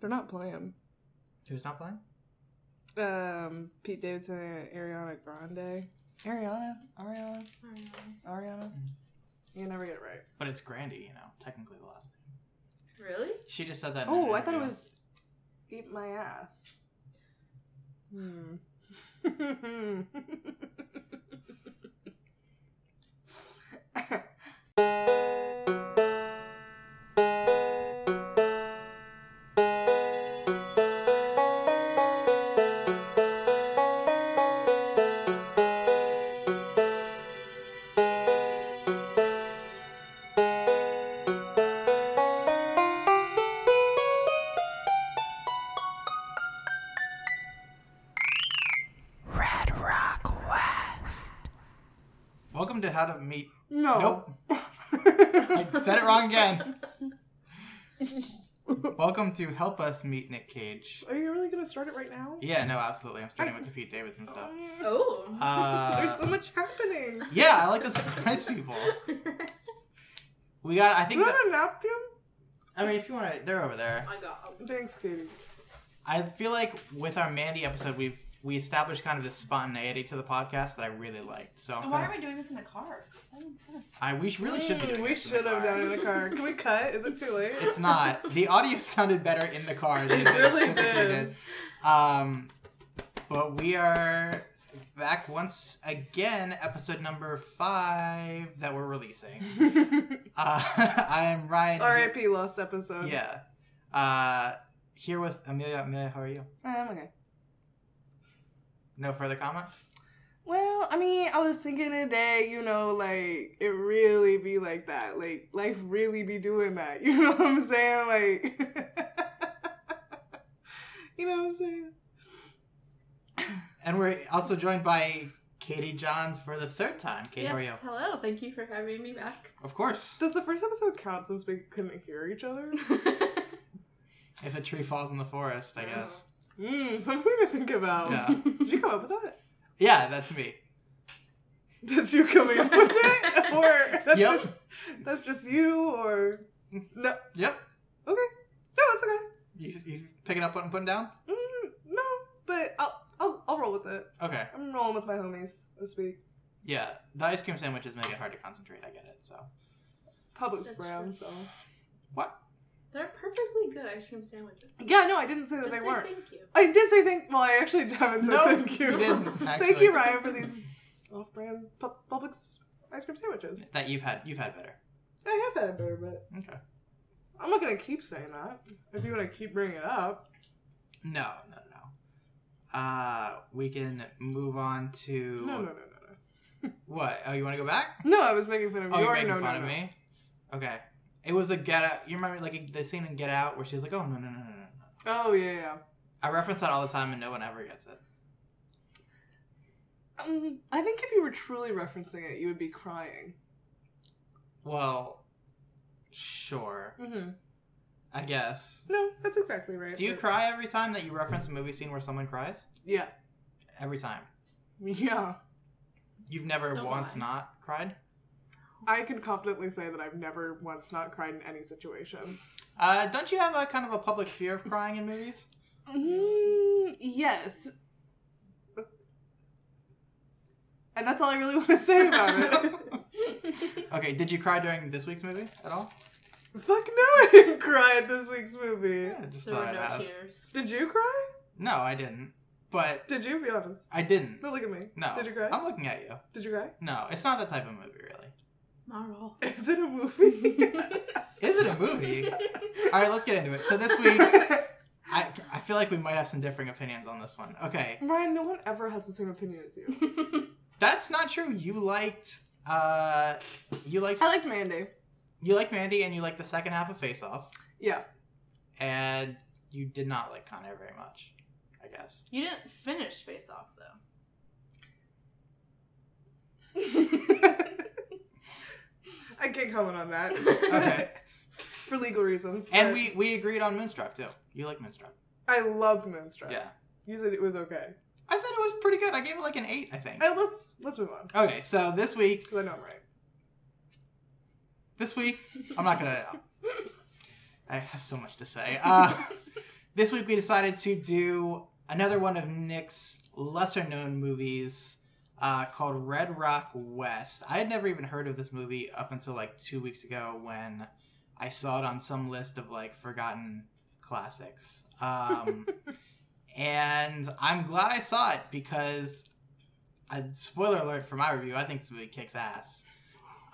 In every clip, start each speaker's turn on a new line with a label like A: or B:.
A: They're not playing.
B: Who's not playing?
A: Um, Pete Davidson and Ariana Grande. Ariana, Ariana, Ariana. Mm-hmm. You never get it right.
B: But it's Grandy, you know, technically the last name.
C: Really?
B: She just said that. in an
A: Oh, I thought it
B: interview.
A: was eat my ass. Hmm.
B: Welcome to How to Meet.
A: no.
B: Nope. I said it wrong again. Welcome to Help Us Meet Nick Cage.
A: Are you really gonna start it right now?
B: Yeah, no, absolutely. I'm starting with the Pete Davidson stuff.
C: Oh.
B: Uh,
A: There's so much happening.
B: yeah, I like to surprise people. We got. I
A: You
B: think.
A: don't
B: That,
A: have a napkin?
B: I mean, if you want to, they're over there.
C: I got
A: Thanks, Katie.
B: I feel like with our Mandy episode, we've we established kind of this spontaneity to the podcast that I really liked. So I'm
C: Why
B: gonna-
C: are we doing this in a car?
B: I, we sh- really should be.
A: Mm,
B: doing
A: we
B: this in the
A: should have
B: car.
A: done it in the car. Can we cut? Is it too late?
B: It's not. The audio sounded better in the car. Than
A: It really
B: typically
A: did.
B: Um, but we are back once again, episode number five that we're releasing. Uh, I am Ryan.
A: R.I.P. Lost episode.
B: Yeah. Uh, here with Amelia. Amelia, how are you?
A: I'm Um, okay.
B: No further comment.
A: Well, I mean, I was thinking today, you know, like it really be like that. Like life really be doing that. You know what I'm saying? Like You know what I'm saying?
B: And we're also joined by Katie Johns for the third time. Katie, how are you?
C: yes. Hello. Thank you for having me back.
B: Of course.
A: Does the first episode count since we couldn't hear each other?
B: If a tree falls in the forest, I
C: Oh.
B: guess. Uh,
A: Mm, something to think about.
B: Yeah.
A: Did you come up with that?
B: Yeah, that's me.
A: That's you coming up with it? Or that's
B: Yep.
A: just that's just you or no
B: Yep.
A: okay. No, it's okay.
B: You, you picking up what I'm putting down?
A: Mm, no, but I'll, I'll I'll roll with it.
B: Okay.
A: I'm rolling with my homies this week.
B: Yeah, the ice cream sandwiches make it hard to concentrate. I get it. So
A: Publix
C: That's
A: brown, so.
B: what?
C: They're perfectly good ice cream sandwiches.
A: Yeah, no, I didn't say that
C: Just
A: they
C: say
A: weren't.
C: thank you.
A: I did say thank. Well, I actually haven't said
B: No,
A: thank you.
B: you didn't,
A: thank
B: actually.
A: you, Ryan, for these off-brand Pu- Publix ice cream sandwiches.
B: That you've had you've had better.
A: I have had a better, but
B: Okay.
A: I'm not gonna keep saying that. If you want to keep bringing it up,
B: No, no, no. Uh, we can move on to
A: no, no, no, no, no.
B: what? Oh, you want to go back?
A: No, I was making fun of
B: Oh,
A: you.
B: you're
A: or
B: making
A: no,
B: fun
A: no,
B: of
A: no.
B: me. Okay. It was a Get Out. You remember like the scene in Get Out where she's like, "Oh no, no, no, no, no."
A: Oh yeah, yeah.
B: I reference that all the time, and no one ever gets it.
A: Um, I think if you were truly referencing it, you would be crying.
B: Well, sure,
A: Mm-hmm.
B: I guess.
A: No, that's exactly right.
B: Do you
A: But-
B: cry every time that you reference a movie scene where someone cries?
A: Yeah,
B: Every time.
A: yeah.
B: You've never
C: Don't
B: once
C: lie.
B: not cried.
A: I can confidently say that I've never once not cried in any situation.
B: Uh, don't you have a kind of a public fear of crying in movies?
A: Mm, yes. And that's all I really want to say about it.
B: Okay, did you cry during this week's movie at all?
A: Fuck no, I didn't cry at this week's movie.
B: Yeah, just
C: there
B: thought
C: were
B: I'd
C: no
B: ask.
C: tears.
A: Did you cry?
B: No, I didn't. But
A: Did you? Be honest.
B: I didn't.
A: No, look at me.
B: No.
A: Did you cry?
B: I'm looking at you.
A: Did you cry?
B: No, it's not that type of movie, really.
C: Marl.
A: Is it a movie?
B: Is it a movie? all right, let's get into it. So this week, I, I feel like we might have some differing opinions on this one. Okay,
A: Ryan, no one ever has the same opinion as you.
B: that's not true. You liked, uh, you liked,
A: I liked Mandy.
B: you liked Mandy, and you liked the second half of Face Off,
A: Yeah.
B: and you did not like Con Air very much. I guess.
C: you didn't finish face off though.
A: I can't comment on that.
B: Okay.
A: For legal reasons.
B: And
A: but
B: we we agreed on Moonstruck too. You like Moonstruck?
A: I loved Moonstruck.
B: Yeah.
A: You said it was okay.
B: I said it was pretty good. I gave it like an eight, I think.
A: Uh, let's let's move on.
B: Okay, so this week,
A: Because I know I'm right.
B: this week, I'm not gonna. I have so much to say. Uh, This week we decided to do another one of Nick's lesser known movies uh, called Red Rock West. I had never even heard of this movie up until like two weeks ago when I saw it on some list of like forgotten classics. Um, and I'm glad I saw it because, uh, spoiler alert for my review, I think this movie kicks ass.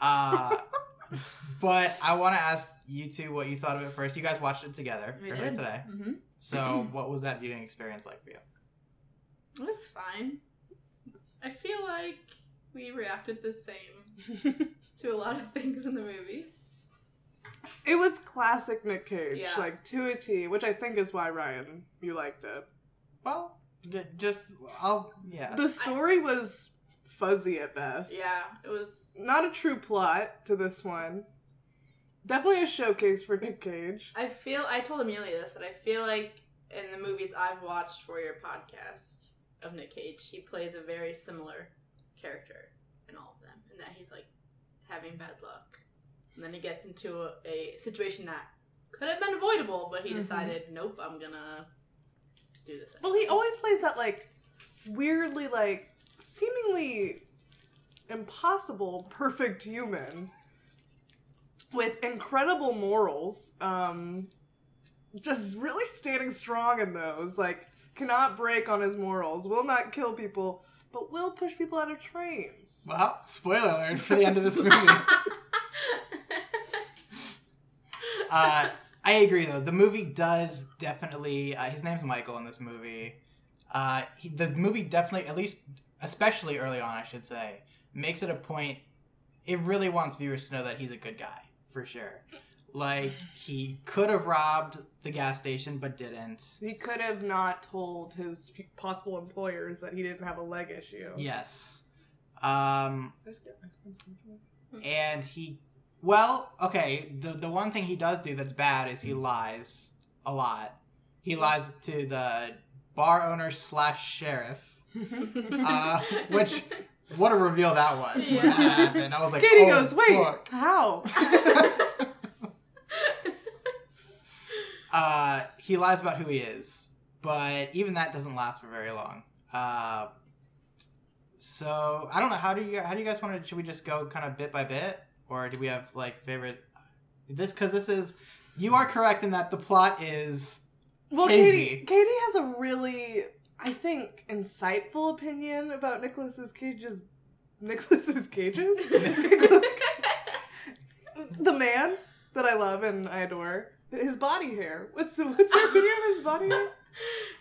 B: Uh, but I want to ask you two what you thought of it first. You guys watched it together
C: We
B: earlier
C: did.
B: today.
C: Mm-hmm.
B: So, what was that viewing experience like for you?
C: It was fine. I feel like we reacted the same to a lot of things in the movie.
A: It was classic Nick Cage,
C: Yeah.
A: like to a T, which I think is why Ryan you liked it.
B: Well, j- just I'll yeah.
A: The story was fuzzy at best.
C: Yeah, it was.
A: Not a true plot to this one. Definitely a showcase for Nick Cage.
C: I feel. I told Amelia this, but I feel like in the movies I've watched for your podcast of Nick Cage, he plays a very similar character in all of them, and that he's like having bad luck, and then he gets into a, a situation that could have been avoidable, but he
A: Mhm.
C: decided, nope, I'm gonna do this.
A: Well, he always plays that like weirdly like seemingly impossible perfect human with incredible morals. Um just really standing strong in those, like cannot break on his morals, will not kill people, but will push people out of trains.
B: well, spoiler alert for the end of this movie. uh, I agree though. The movie does definitely. Uh, his name's Michael in this movie. Uh, he, the movie definitely, at least, especially early on, I should say, makes it a point. It really wants viewers to know that he's a good guy for sure. Like he could have robbed the gas station but didn't.
A: He could have not told his f- possible employers that he didn't have a leg issue.
B: Yes. Um,
A: Let's get my phone.
B: and he well okay the the one thing he does do that's bad is
A: Hmm.
B: he lies a lot he lies to the bar owner slash sheriff uh, which what a reveal that was when that
C: Yeah.
B: happened. i was like
A: Katie
B: oh,
A: goes, wait,
B: fuck."
A: how?
B: uh, he lies about who he is but even that doesn't last for very long uh, so i don't know how do you how do you guys want to should we just go kind of bit by bit or do we have like favorite this because this is you are correct in that the plot is
A: Well,
B: Casey.
A: Katie, Katie has a really, I think, insightful opinion about Nicholas's Cage's Nicholas's Cages, the man that I love and I adore. His body hair. What's what's your opinion on his body hair?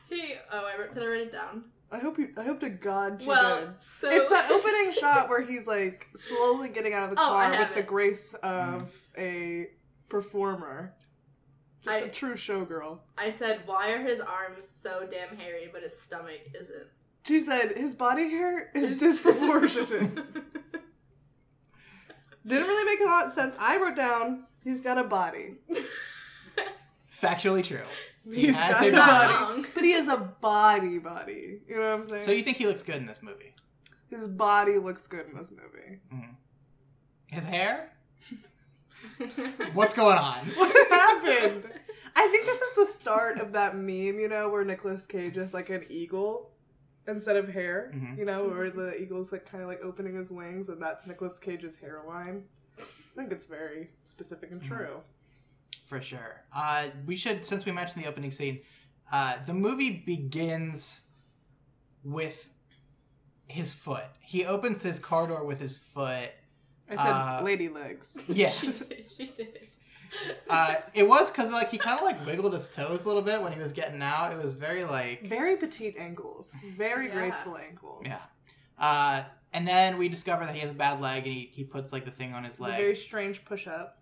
C: He, oh, I wrote, did I write it down?
A: I hope you. I hope to God you
C: well,
A: did.
C: so
A: It's that opening shot where he's like slowly getting out of the
C: Oh, I
A: car
C: have
A: with the
C: it.
A: grace of a performer. Just a
C: I-
A: true showgirl.
C: I said, why are his arms so damn hairy, but his stomach isn't?
A: She said his body hair is disproportionate. Didn't really make a lot of sense. I wrote down he's got a body.
B: factually true
A: He's
B: has
A: got
B: a
A: a
B: body.
A: body.
C: Wrong.
A: But he has a body body. You know what I'm saying?
B: so you think he looks good in this movie
A: his body looks good in this movie.
B: his hair what's going on
A: What happened? I think this is the start of that meme, you know, where Nicolas Cage is like an eagle instead of hair.
B: Mhm.
A: You know, where the eagle's like kind of like opening his wings, and that's Nicolas Cage's hairline. I think it's very specific and
B: Mm-hmm.
A: true.
B: for sure. Uh, we should, since we mentioned the opening scene, uh, the movie begins with his foot. He opens his car door with his foot.
A: I said
B: Uh,
A: lady legs.
B: Yeah,
C: She did. She did.
B: uh, it was because like he kind of like wiggled his toes a little bit when he was getting out. It was very like
A: Very petite ankles, very
C: Yeah.
A: graceful ankles.
B: yeah. Uh, and then we discover that he has a bad leg, and he, he puts like the thing on his
A: It's a
B: leg.
A: very strange push up.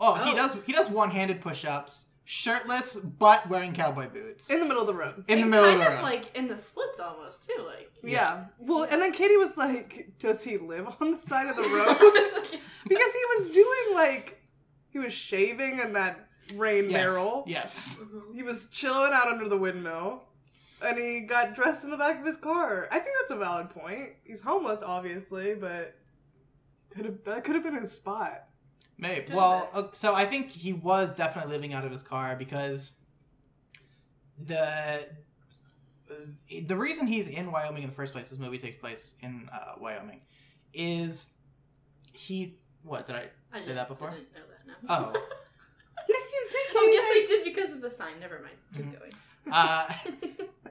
B: oh, he
C: Oh.
B: does he does one handed push ups, shirtless but wearing cowboy boots
A: In the middle of the road.
B: in the
C: And
B: middle of
C: kind
B: the
C: of
B: road.
C: like in the splits almost too, like.
A: Yeah. Well, and then Katie was like, does he live on the side of the
C: I
A: road?
C: was like-
A: because he was doing like, he was shaving in that rain
B: yes,
A: barrel.
B: yes.
C: mm-hmm.
A: He was chilling out under the windmill. And he got dressed in the back of his car. I think that's a valid point. He's homeless, obviously, but could have that could have been his spot.
B: Maybe.
C: Could've
B: Well,
C: been.
B: uh, so I think he was definitely living out of his car because the the reason he's in Wyoming in the first place, this movie takes place in uh, Wyoming, is he what did I?
C: I
B: Say
C: didn't-
B: that before?
C: Didn't know that. No.
B: Oh,
A: Yes, you did.
C: oh, yes, I
A: Katie.
C: did because of the sign. Never mind. Keep
B: Mhm. uh,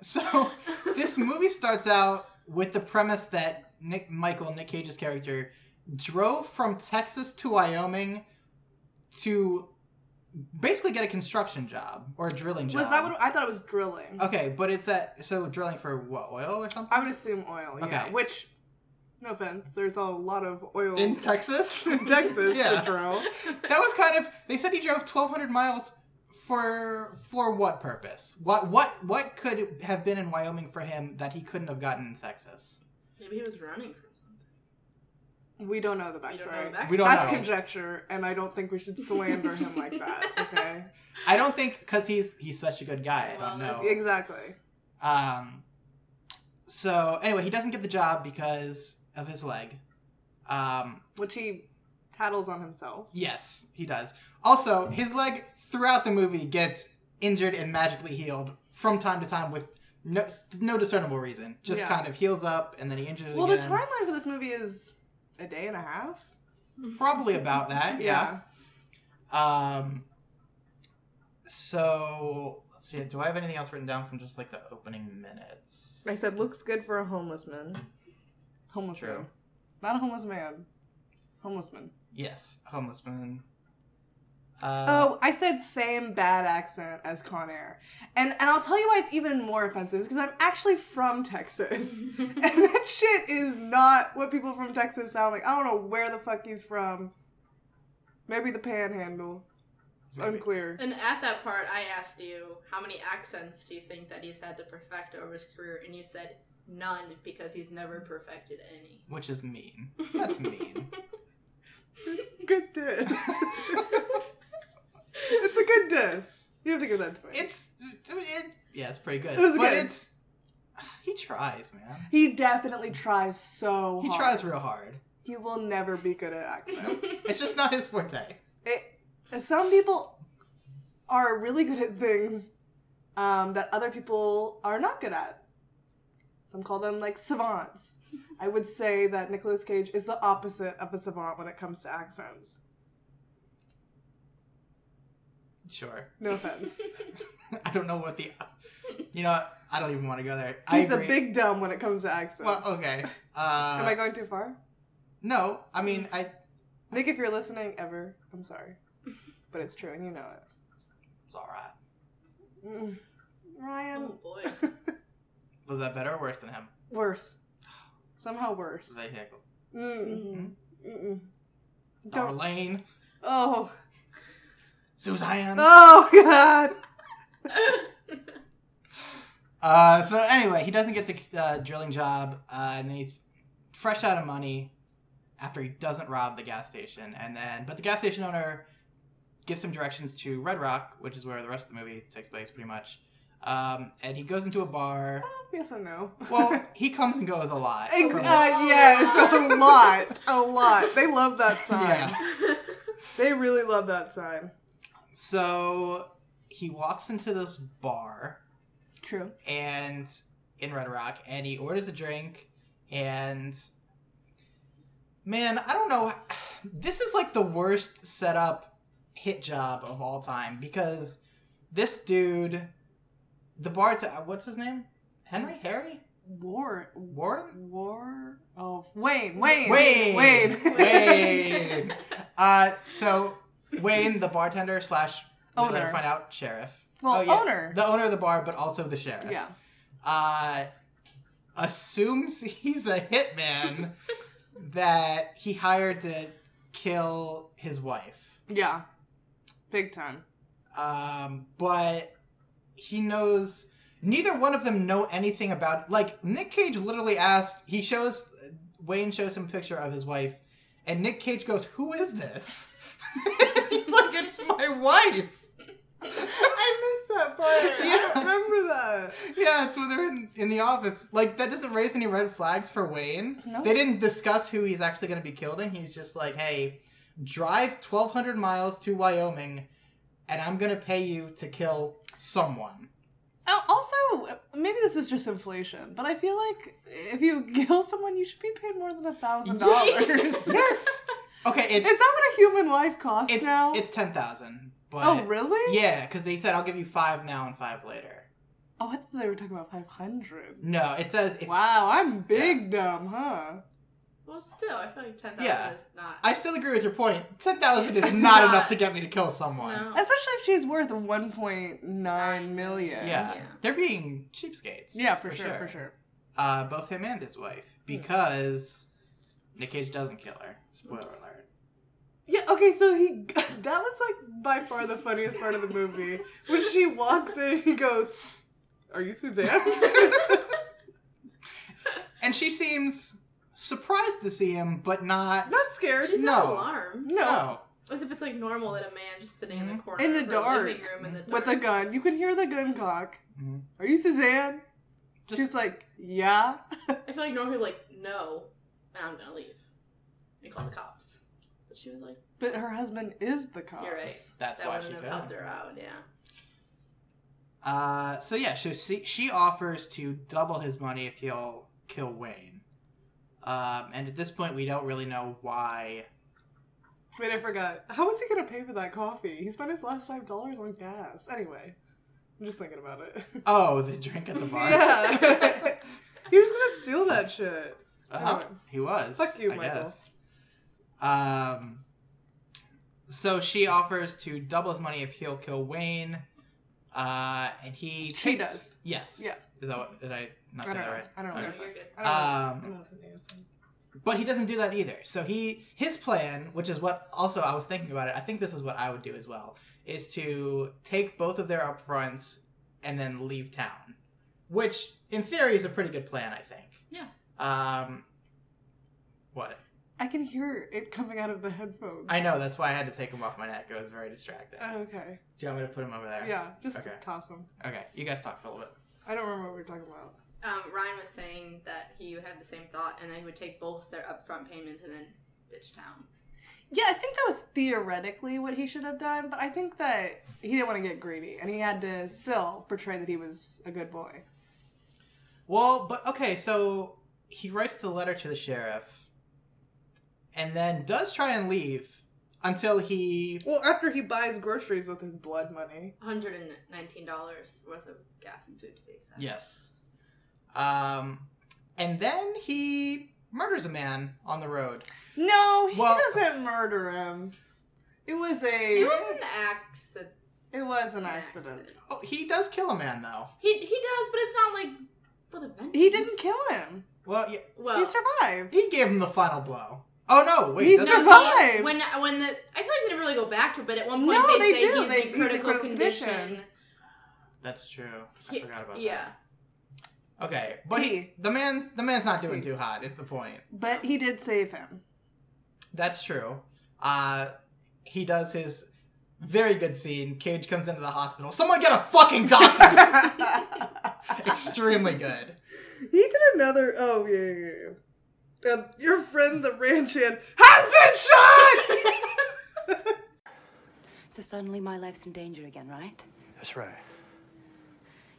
B: so
C: going.
B: this movie starts out with the premise that Nick Michael Nick Cage's character drove from Texas to Wyoming to basically get a construction job or a drilling job.
A: Was that what I thought? It was drilling.
B: Okay, but it's that so drilling for what oil or something
A: I would assume oil. Yeah.
B: Okay.
A: Which, no offense, there's a lot of oil
B: in Texas.
A: in Texas
B: Yeah.
A: to drill.
B: that was kind of they said he drove 1200 miles for for what purpose what what what could have been in wyoming for him that he couldn't have gotten in texas
C: Maybe he was running from something.
A: We don't know the
C: We
A: backstory.
C: don't know the backstory.
B: We don't
A: That's
B: know.
A: conjecture, and I don't think we should slander him like that. Okay.
B: i don't think because he's he's such a good guy i
C: Well,
B: don't know
A: Exactly.
B: um so anyway he doesn't get the job because of his leg um
A: Which he tattles on himself.
B: yes he does also his leg throughout the movie gets injured and magically healed from time to time with no, no discernible reason just
A: Yeah.
B: kind of heals up and then he injures
A: Well, the
B: again.
A: timeline for this movie is a day and a half.
B: Probably about that, yeah. Um, so let's see. Do I have anything else written down from just like the opening minutes?
A: I said looks good for a homeless man. Homeless
B: True.
A: man. Not a homeless man. Homeless man.
B: Yes, homeless man. Uh,
A: Oh, I said same bad accent as Con Air. And and I'll tell you why it's even more offensive because I'm actually from Texas. and that shit is not what people from Texas sound like. I don't know where the fuck he's from. Maybe the panhandle. It's
B: Maybe.
A: unclear.
C: And at that part, I asked you how many accents do you think that he's had to perfect over his career, and you said none because he's never perfected any.
B: which is mean. That's mean.
A: Good diss. it's a good diss. You have to give that to me.
B: it's it, yeah, it's pretty good.
A: It was
B: but
A: good.
B: it's he tries, man.
A: he definitely tries so
B: He
A: hard.
B: tries real hard.
A: He will never be good at accents.
B: It's just not his forte.
A: it, some people are really good at things um, that other people are not good at. Some call them like savants. I would say that Nicolas Cage is the opposite of a savant when it comes to accents.
B: Sure.
A: No offense.
B: I don't know what the. You know, what? I don't even want to go there. I
A: He's a
B: agree.
A: big dumb when it comes to accents.
B: Well, okay. Uh,
A: Am I going too far?
B: No, I mean I.
A: Nick, if you're listening ever, I'm sorry. But it's true and you know it.
B: It's all right.
A: Mm. Ryan.
C: oh boy.
B: Was that better or worse than him?
A: Worse. Somehow worse.
B: Was I heckled?
A: Mm.
C: Hmm.
A: Mm-mm. Don't.
B: Darlene,
A: Oh.
B: Suzanne.
A: Oh God.
B: Uh, so anyway, he doesn't get the uh, drilling job, uh, and then he's fresh out of money after he doesn't rob the gas station, and then but the gas station owner gives him directions to Red Rock, which is where the rest of the movie takes place, pretty much. Um, and he goes into a bar.
A: Yes and no.
B: Well, he comes and goes a lot.
A: Ex-
B: From-
A: uh, yes, a lot, a lot. They love that sign.
B: Yeah.
A: They really love that sign.
B: So he walks into this bar.
A: True.
B: and in Red Rock, and he orders a drink, and man, I don't know. This is like the worst setup hit job of all time because this dude, the bartender, what's his name? Henry, Harry,
A: War,
B: Warren,
A: war. Oh, Wayne, Wayne,
B: Wayne,
A: Wayne,
B: Wayne. uh, so Wayne, the bartender slash we later
A: Owner.
B: find out sheriff.
A: Well,
B: Oh, yeah.
A: owner.
B: The owner of the bar, but also the sheriff.
A: yeah.
B: uh, assumes he's a hitman that he hired to kill his wife.
A: Yeah. Big time.
B: Um, but he knows neither one of them know anything about. Like Nick Cage literally asked. He shows Wayne shows him a picture of his wife, and Nick Cage goes, "Who is this?" he's like, "It's my wife."
A: I missed that part.
B: Yeah.
A: remember that.
B: Yeah, it's when they're in, in the office. Like that doesn't raise any red flags for Wayne.
A: No.
B: They didn't discuss who he's actually going to be killed in. He's just like, "Hey, drive 1200 miles to Wyoming and I'm going to pay you to kill someone."
A: Al- Also, maybe this is just inflation, but I feel like if you kill someone, you should be paid more than a thousand dollars.
C: Yes.
A: Is
B: yes. Okay, it's
A: that what a human life costs
B: it's
A: now?
B: it's ten thousand. But
A: oh really?
B: yeah, because they said I'll give you five now and five later.
A: Oh, I thought they were talking about five hundred.
B: No, it says if
A: Wow, I'm big dumb, huh?
C: Well, still, I feel like ten thousand
B: Yeah.
C: is not.
B: I still agree with your point. Ten thousand is not enough to get me to kill someone.
C: no.
A: Especially if she's worth one point nine million.
B: Yeah.
C: Yeah.
B: they're being cheapskates.
A: Yeah, for, sure, for sure.
B: Uh, both him and his wife,
A: Hmm.
B: because Nick Cage doesn't kill her. Spoiler
A: Hmm.
B: alert.
A: Yeah, okay, so he that was like by far the funniest part of the movie. When she walks in, he goes, Are you Suzanne?
B: And she seems surprised to see him, but not.
A: Not scared.
C: She's not
B: No.
C: alarmed.
A: No.
C: As if it's like normal that a man just sitting in the
B: Mhm.
C: corner
A: In the
C: of her
A: dark.
C: living room in the dark.
A: With a gun. You can hear the gun cock.
B: Mhm.
A: Are you Suzanne?
B: Just
A: She's like, Yeah.
C: I feel like normally like no, and I'm gonna leave and call the cops. But she was like,
A: But her husband is the cop.
C: You're right.
B: that's
C: that
B: why
C: wouldn't
B: she
C: have
B: got
C: helped
B: him.
C: her out. Yeah.
B: Uh, so yeah, so she, she offers to double his money if he'll kill Wayne. Um, and at this point, we don't really know why.
A: Wait, I forgot. How is he gonna pay for that coffee? He spent his last five dollars on gas. Anyway. I'm just thinking about it.
B: Oh, the drink at the bar.
A: yeah. he was gonna steal that shit.
B: Uh-huh.
A: Anyway.
B: He was.
A: Fuck you,
B: I
A: Michael.
B: guess. Um. So she offers to double his money if he'll kill Wayne, uh, and he
A: She
B: takes-
A: does.
B: Yes.
A: Yeah.
B: Is that what, did I not
A: I
B: say
A: don't
B: that
A: know.
B: right?
A: I don't know.
C: No,
B: Okay.
C: you're
A: Yes.
C: good.
A: I don't know.
B: Um,
A: I'm not listening to you, so-
B: But he doesn't do that either. So he his plan, which is what also I was thinking about it. I think this is what I would do as well, is to take both of their upfronts and then leave town, which in theory is a pretty good plan. I think.
C: Yeah.
B: Um. What?
A: I can hear it coming out of the headphones.
B: I know. That's why I had to take him off my neck. It was very distracting.
A: Oh, okay.
B: Do you want me to put him over there?
A: Yeah, just
B: Okay.
A: toss them.
B: Okay. You guys talk for a little bit.
A: I don't remember what we were talking about.
C: Um, Ryan was saying that he had the same thought, and that he would take both their upfront payments and then ditch town.
A: Yeah, I think that was theoretically what he should have done, but I think that he didn't want to get greedy and he had to still portray that he was a good boy.
B: Well, but okay. So he writes the letter to the sheriff, and then does try and leave until he.
A: Well, after he buys groceries with his blood money.
C: One hundred and nineteen dollars worth of gas and food to be exact.
B: Yes. Um, and then he murders a man on the road.
A: No, he
B: Well-
A: doesn't murder him. It was a.
C: It was an accident.
A: it was an
C: an
A: accident.
C: accident.
B: Oh, he does kill a man though.
C: He he does, but it's not like with a vengeance.
A: He didn't kill him.
B: Well, yeah,
C: Well,
A: he survived.
B: he gave him the final blow. Oh no! Wait,
A: He's
B: doesn't-
A: not-
C: he-
A: survived.
C: when when the I feel like they didn't really go back to, it, but at one point
A: No,
C: they,
A: they
C: say
A: do.
C: he's
A: They- he's
C: in
A: in
C: critical
A: critical
C: condition.
A: condition.
B: that's true. I
C: He-
B: forgot about that.
C: yeah,
B: Okay, but he,
A: Tea.
B: the man's the man's not doing
A: Tea.
B: too hot. Is the point?
A: But he did save him.
B: That's true. Uh, he does his very good scene. Cage comes into the hospital. Someone get a fucking doctor. Extremely good.
A: He did another. Oh yeah, yeah, yeah. And your friend, the ranch hand, has been shot.
D: So suddenly my life's in danger again, right?
E: That's right.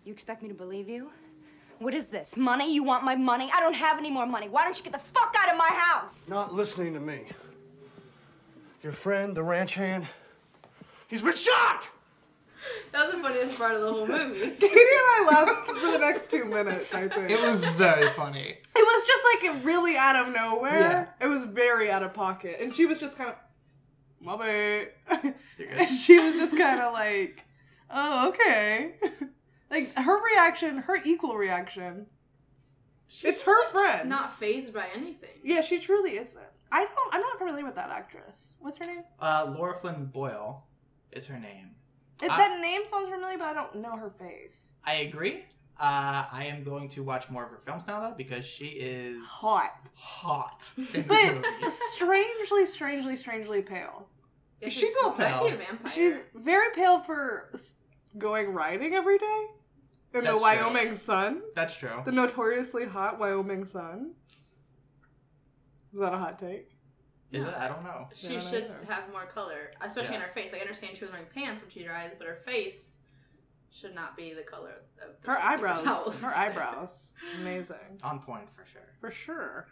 D: You expect me to believe you? What is this? Money? You want my money? I don't have any more money. Why don't you get the fuck out of my house?
E: Not listening to me. Your friend, the ranch hand, he's been shot!
C: that was the funniest part of the whole movie.
A: Katie and I laughed for the next two minutes. I think
B: It
A: it
B: was very funny.
A: was just like really out of nowhere. It was very out of pocket, and she was just kind of, mommy. and she was just kind of like, oh okay. like her reaction, her equal reaction. it's her friend.
C: Not phased by anything.
A: yeah, she truly isn't. I don't. I'm not familiar with that actress. What's her name?
B: Uh, Laura Flynn Boyle is her name.
A: It,
B: I-
A: that name sounds familiar, but I don't know her face.
B: I agree. Uh, I am going to watch more of her films now though because she is
A: Hot.
B: Hot. In this
A: But
B: movie.
A: strangely, strangely, strangely pale.
C: It's
B: She's
C: just-
B: all
C: Might be a
B: pale.
C: vampire.
A: She's very pale for s- going riding every day in
B: That's
A: the
B: true.
A: Wyoming sun,
B: That's true.
A: the notoriously hot Wyoming sun. Is that a hot take?
B: Is it? I don't know.
C: she
A: Yeah, I
C: should
A: know.
C: have more color, especially in
B: Yeah.
C: her face. Like, I understand she was wearing pants when she drives, but her face, should not be the color of the
A: Her eyebrows.
C: towels.
A: Her eyebrows. Amazing.
B: On point for sure.
A: For sure.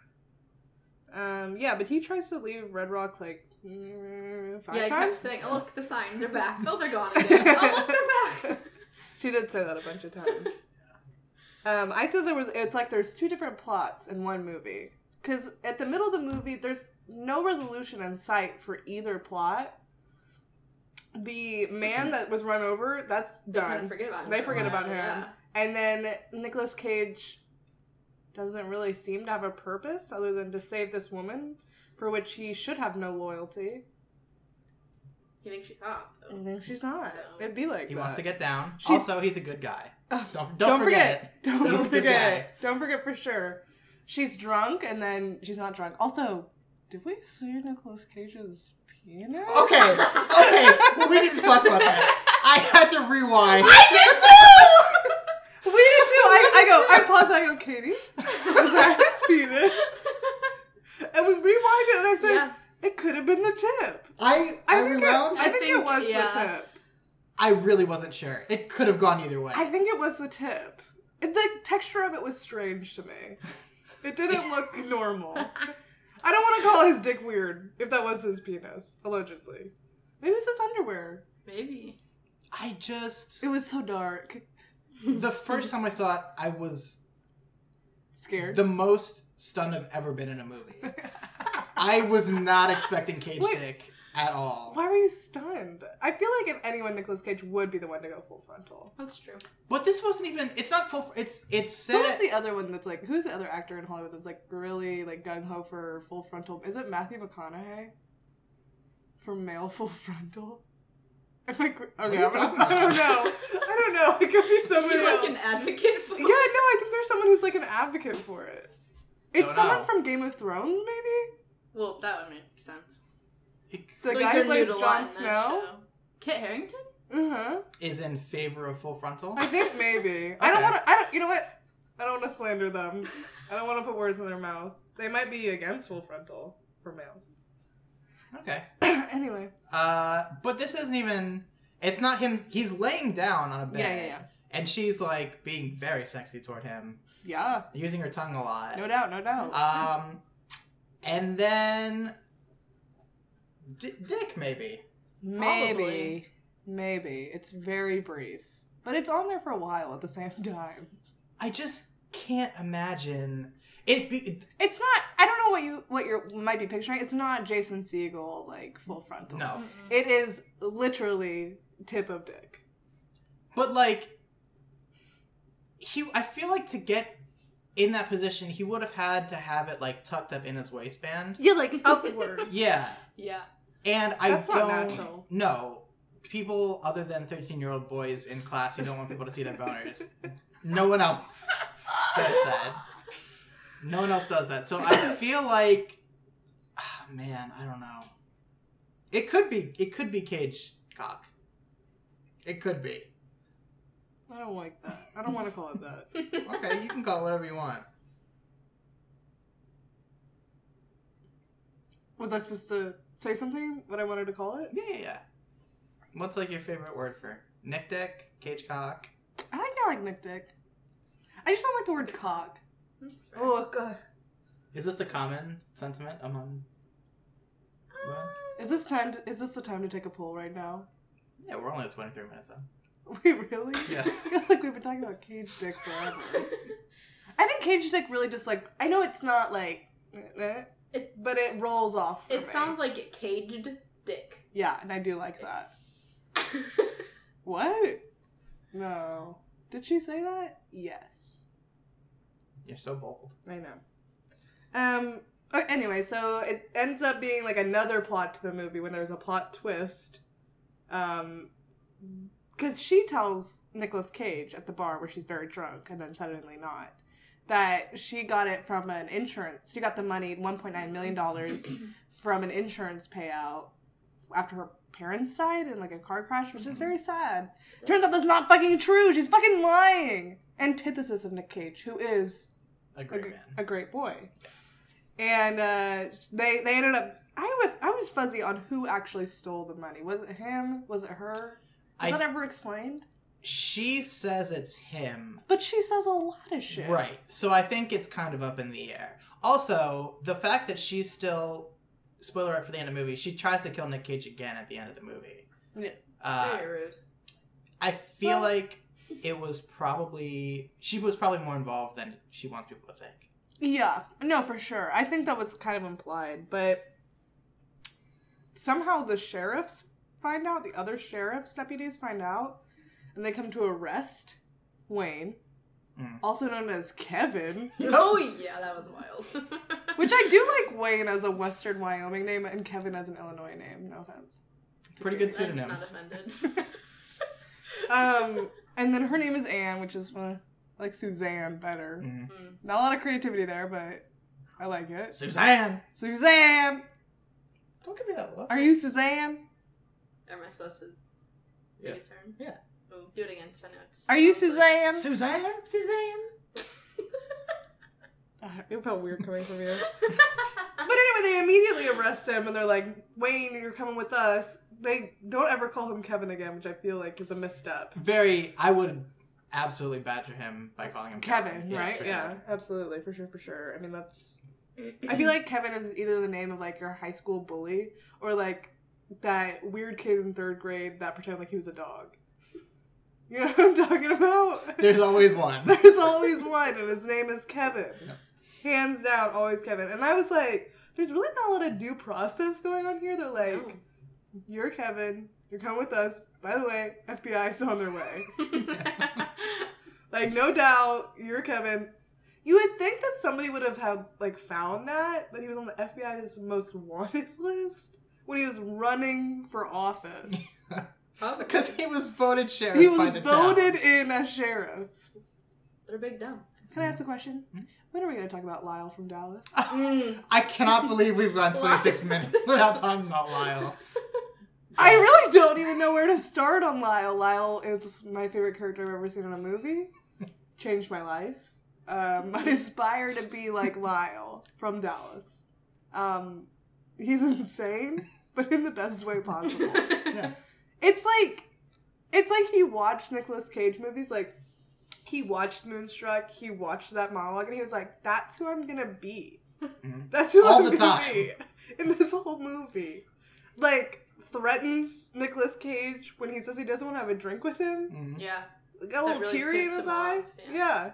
A: Um, yeah, but he tries to leave Red Rock like mm, five
C: yeah, I kept
A: times.
C: saying, "Oh look, the sign. They're back. Oh, they're gone again. oh look, they're back."
A: she did say that a bunch of times. um, I thought there was. It's like there's two different plots in one movie. Because at the middle of the movie, there's no resolution in sight for either plot. The man that was run over, that's done.
C: kind of forget about him.
A: They forget about him.
C: Yeah.
A: And then Nicolas Cage doesn't really seem to have a purpose other than to save this woman, for which he should have no loyalty.
C: He thinks she's hot. though.
A: I think she's not.
C: So-
A: It'd be like
B: He
A: that.
B: wants to get down.
A: She's-
B: also, he's a good guy.
A: Ugh,
B: Don't, don't,
A: Don't,
B: forget.
A: forget. Don't
B: He's a good
A: forget. Don't forget for sure. She's drunk, and then she's not drunk. Also, did we see Nicolas Cage's penis?
B: Okay, okay. well, we need to talk about that. I had to rewind.
A: we did too. I, I go. I pause. I go. Katie, was that his penis? And we rewind it, and I said,
C: Yeah.
A: it could have been the tip.
B: I I,
A: I think it,
B: rewound.
A: I
B: I,
A: think, it
C: think-
A: was the
C: yeah.
A: tip.
B: really wasn't sure. It could have gone either way.
A: I think it was the tip. It, the texture of it was strange to me. It didn't look normal. I don't want to call his dick weird if that was his penis, allegedly. Maybe it was his underwear.
C: Maybe.
B: I just
A: It was so dark.
B: the first time I saw it, I was
A: Scared.
B: the most stunned I've ever been in a movie. I was not expecting Cage
A: Wait.
B: Dick at all.
A: Why were you stunned? I feel like if anyone, Nicolas Cage would be the one to go full frontal.
C: That's true.
B: But this wasn't even. It's not full. It's it's
A: Who
B: set.
A: is the other one that's like? Who's the other actor in Hollywood that's like really like gung ho for full frontal? Is it Matthew McConaughey for male full frontal? Am I? cr-
B: are
A: Okay,
B: you
A: I'm,
B: talking
A: I don't
B: about?
A: know. I don't know. It could be
C: Is
A: somebody
C: he like
A: else.
C: an advocate for?
A: Yeah, no, I think there's someone who's like an advocate for it. It's
B: Don't
A: someone
B: know.
A: from Game of Thrones, maybe.
C: Well, that would make sense.
A: The
C: Like,
A: guy
C: they're
A: who plays
C: nude a lot
A: Jon
C: in that
A: Snow.
C: show. Kit Harrington.
A: Uh huh.
B: is in favor of full frontal.
A: I think maybe. I don't
B: Okay.
A: want to. I don't. You know what? I don't want to slander them. I don't want to put words in their mouth. They might be against full frontal for males.
B: Okay.
A: anyway.
B: Uh, but this isn't even. It's not him. He's laying down on a bed.
A: Yeah, yeah, yeah.
B: And she's like being very sexy toward him,
A: Yeah.
B: using her tongue a lot.
A: No doubt, no doubt.
B: Um, and then D- Dick maybe.
A: maybe.
C: probably.
A: Maybe. It's very brief. But it's on there for a while at the same time.
B: I just can't imagine it. Be-
A: It's not I don't know what you what you might be picturing. It's not Jason Segel like full frontal.
B: no,
A: It is literally tip of dick.
B: but like he. I feel like to get in that position, he would have had to have it like tucked up in his waistband.
A: Yeah, like upward.
B: Yeah.
C: Yeah.
B: And I
A: That's not
B: don't
A: natural.
B: No. People other than 13 year old boys in class who don't want people to see their boners. no one else does that. No one else does that. So I feel like ah, man, I don't know. It could be it could be cage cock. It could be.
A: I don't like that. I don't want to call it that.
B: Okay, you can call it whatever you want.
A: Was I supposed to say something what I wanted to call it?
B: Yeah, yeah, yeah. What's like your favorite word for neck deck, cage cock?
A: I think I like Nick Dick. I just don't like the word cock.
C: That's fair.
A: Oh god.
B: Is this a common sentiment among well,
A: Is this time? To, is this the time to take a poll right now?
B: Yeah, we're only at 23 minutes in.
A: We really?
B: Yeah.
A: I feel like we've been talking about cage dick forever. I think cage dick really just like I know it's not like, eh,
C: It-
A: but it rolls off. for
C: It
A: me.
C: sounds like it caged dick.
A: yeah, and I do like that. What? No. Did she say that? Yes.
B: You're so bold.
A: I know. Um. uh, Anyway, so it ends up being like another plot to the movie when there's a plot twist. Um, because she tells Nicolas Cage at the bar where she's very drunk and then suddenly not that she got it from an insurance. She got the money, one point nine million dollars, from an insurance payout after her parents died in like a car crash, which is very sad. Turns out that's not fucking true. She's fucking lying. Antithesis of Nick Cage, who is
B: A
A: a,
B: great
A: g-
B: man.
A: a great boy. And uh, they they ended up. I was I was fuzzy on who actually stole the money. Was it him? Was it her? Was
B: I
A: that
B: th-
A: ever explained?
B: she says it's him.
A: But she says a lot of shit.
B: Right. So I think it's kind of up in the air. Also, the fact that she's still spoiler alert for the end of the movie, she tries to kill Nick Cage again at the end of the movie.
A: Yeah.
B: Uh,
C: Very rude.
B: I feel
A: Well-
B: like it was probably she was probably more involved than she wants people to think.
A: Yeah. No, for sure. I think that was kind of implied, but somehow the sheriffs find out, the other sheriff's deputies find out, and they come to arrest Wayne,
B: Mm.
A: also known as Kevin.
C: Oh yeah, that was wild.
A: Which I do like Wayne as a Western Wyoming name and Kevin as an Illinois name. No offense.
B: Pretty good
C: I'm not
B: pseudonyms.
C: offended.
A: Um, and then her name is Anne, which is one of, like Suzanne better.
B: Mhm.
A: Not a lot of creativity there, but I like it.
B: Mm. Suzanne,
A: Suzanne,
B: don't give me that look.
A: are you Suzanne?
C: Am I supposed to do
B: Yes.
C: a turn?
B: Yeah.
C: Oh, do it again. So I know it's-
A: Are you
C: sounds like-
A: Suzanne?
B: Suzanne.
C: Suzanne.
A: Ah, It felt weird coming from you. But anyway, they immediately arrest him and they're like, Wayne, you're coming with us. They don't ever call him Kevin again, which I feel like is a misstep.
B: Very. I would absolutely badger him by calling him
A: Kevin,
B: for
A: right?
B: sure.
A: Yeah, absolutely. For sure, for sure. I mean, that's. I feel like Kevin is either the name of like your high school bully or like that weird kid in third grade that pretended like he was a dog. You know what I'm talking about?
B: There's always one.
A: There's always one, and his name is Kevin. Hands down, always Kevin. And I was like, there's really not a lot of due process going on here. They're like,
C: Oh.
A: you're Kevin. You're coming with us. By the way, FBI's on their way. Like, no doubt, you're Kevin. You would think that somebody would have had, like found that that he was on the FBI's most wanted list when he was running for office.
B: Because he was voted sheriff.
A: he was
B: by the town.
A: voted in as sheriff.
C: They're big dumb.
A: Can I ask a question? When are we going to talk about Lyle from Dallas?
B: I cannot believe we've gone 26
C: Lyle.
B: minutes without talking about Lyle.
A: I really don't even know where to start on Lyle. Lyle is my favorite character I've ever seen in a movie. Changed my life. Um, I aspire to be like Lyle from Dallas. Um, he's insane, but in the best way possible.
B: Yeah.
A: It's like, it's like he watched Nicolas Cage movies. Like he watched Moonstruck. He watched that monologue, and he was like, "That's who I'm gonna be.
B: Mhm.
A: That's who
B: All
A: I'm
B: the
A: gonna
B: time.
A: be in this whole movie." like threatens Nicolas Cage when he says he doesn't want to have a drink with him.
B: Mhm.
C: Yeah.
A: Got a
C: That
A: little
C: really
A: teary in
C: pissed
A: his
C: him
A: eye.
C: off,
A: Yeah.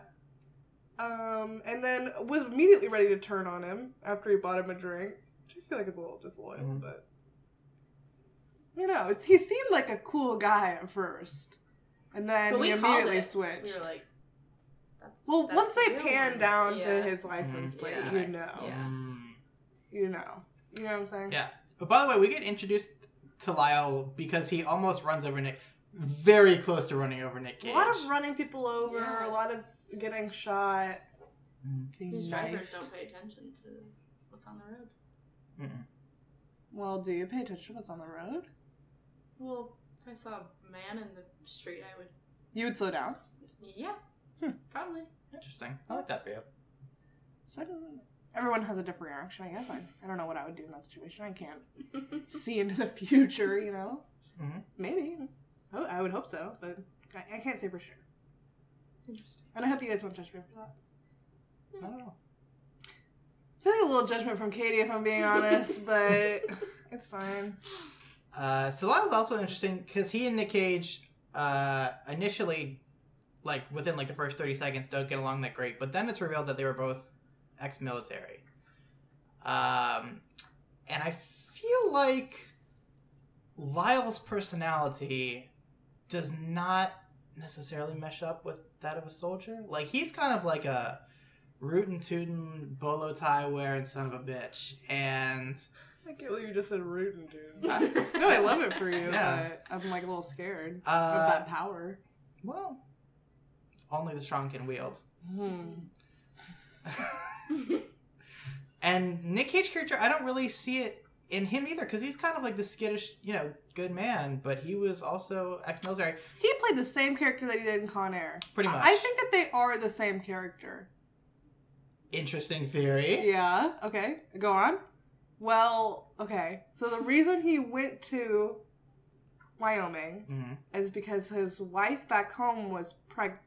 A: Um, and then was immediately ready to turn on him after he bought him a drink, which I feel like is a little disloyal,
B: Mhm.
A: but you know, it's, he seemed like a cool guy at first, and then
C: But we
A: he
C: called
A: immediately
C: it.
A: switched.
C: We were like, that's,
A: well,
C: that's
A: once they
C: the real
A: pan
C: one.
A: down to
C: Yeah.
A: his license
B: Mhm.
A: plate,
C: Yeah.
A: you know,
C: Yeah.
B: Mm.
A: you know, you know what I'm saying?
B: Yeah. But by the way, we get introduced to Lyle because he almost runs over Nick. Very close to running over Nick Cage.
A: A lot of running people over,
C: Yeah.
A: a lot of getting shot.
B: Mm.
A: getting
C: These drivers
A: knifed.
C: don't pay attention to what's on the road.
B: Mm-mm.
A: Well, do you pay attention to what's on the road?
C: Well, if I saw a man in the street, I would.
A: You would slow down.
C: Yeah.
A: Hmm.
C: Probably.
B: Interesting. I like that for you.
A: So everyone has a different reaction, I guess. I, I don't know what I would do in that situation. I can't see into the future, you know.
B: Mhm.
A: Maybe. Oh, I would hope so, but I, I can't say for sure.
C: Interesting.
A: And I hope you guys won't judge me for that.
B: I don't know.
A: I feel like a little judgment from Katie, if I'm being honest, but it's fine.
B: Uh, so Lyle's also interesting because he and Nick Cage uh, initially, like within like the first thirty seconds, don't get along that great. But then it's revealed that they were both ex-military. Um, and I feel like Lyle's personality does not necessarily mesh up with that of a soldier. Like he's kind of like a rootin' tootin' bolo tie wearing son of a bitch, and
A: I can't believe you just said rootin', dude. no, I love it for you,
B: Yeah.
A: but I'm like a little scared
B: uh,
A: of that power.
B: Well, only the strong can wield. and Nick Cage character, I don't really see it in him either because he's kind of like the skittish, you know, good man, but he was also ex-military.
A: He played the same character that he did in Con Air.
B: Pretty
A: I-
B: much.
A: I think that they are the same character.
B: Interesting theory.
A: Yeah. Okay. Go on. Well, okay. So the reason he went to Wyoming
B: hmm
A: is because his wife back home was pregnant.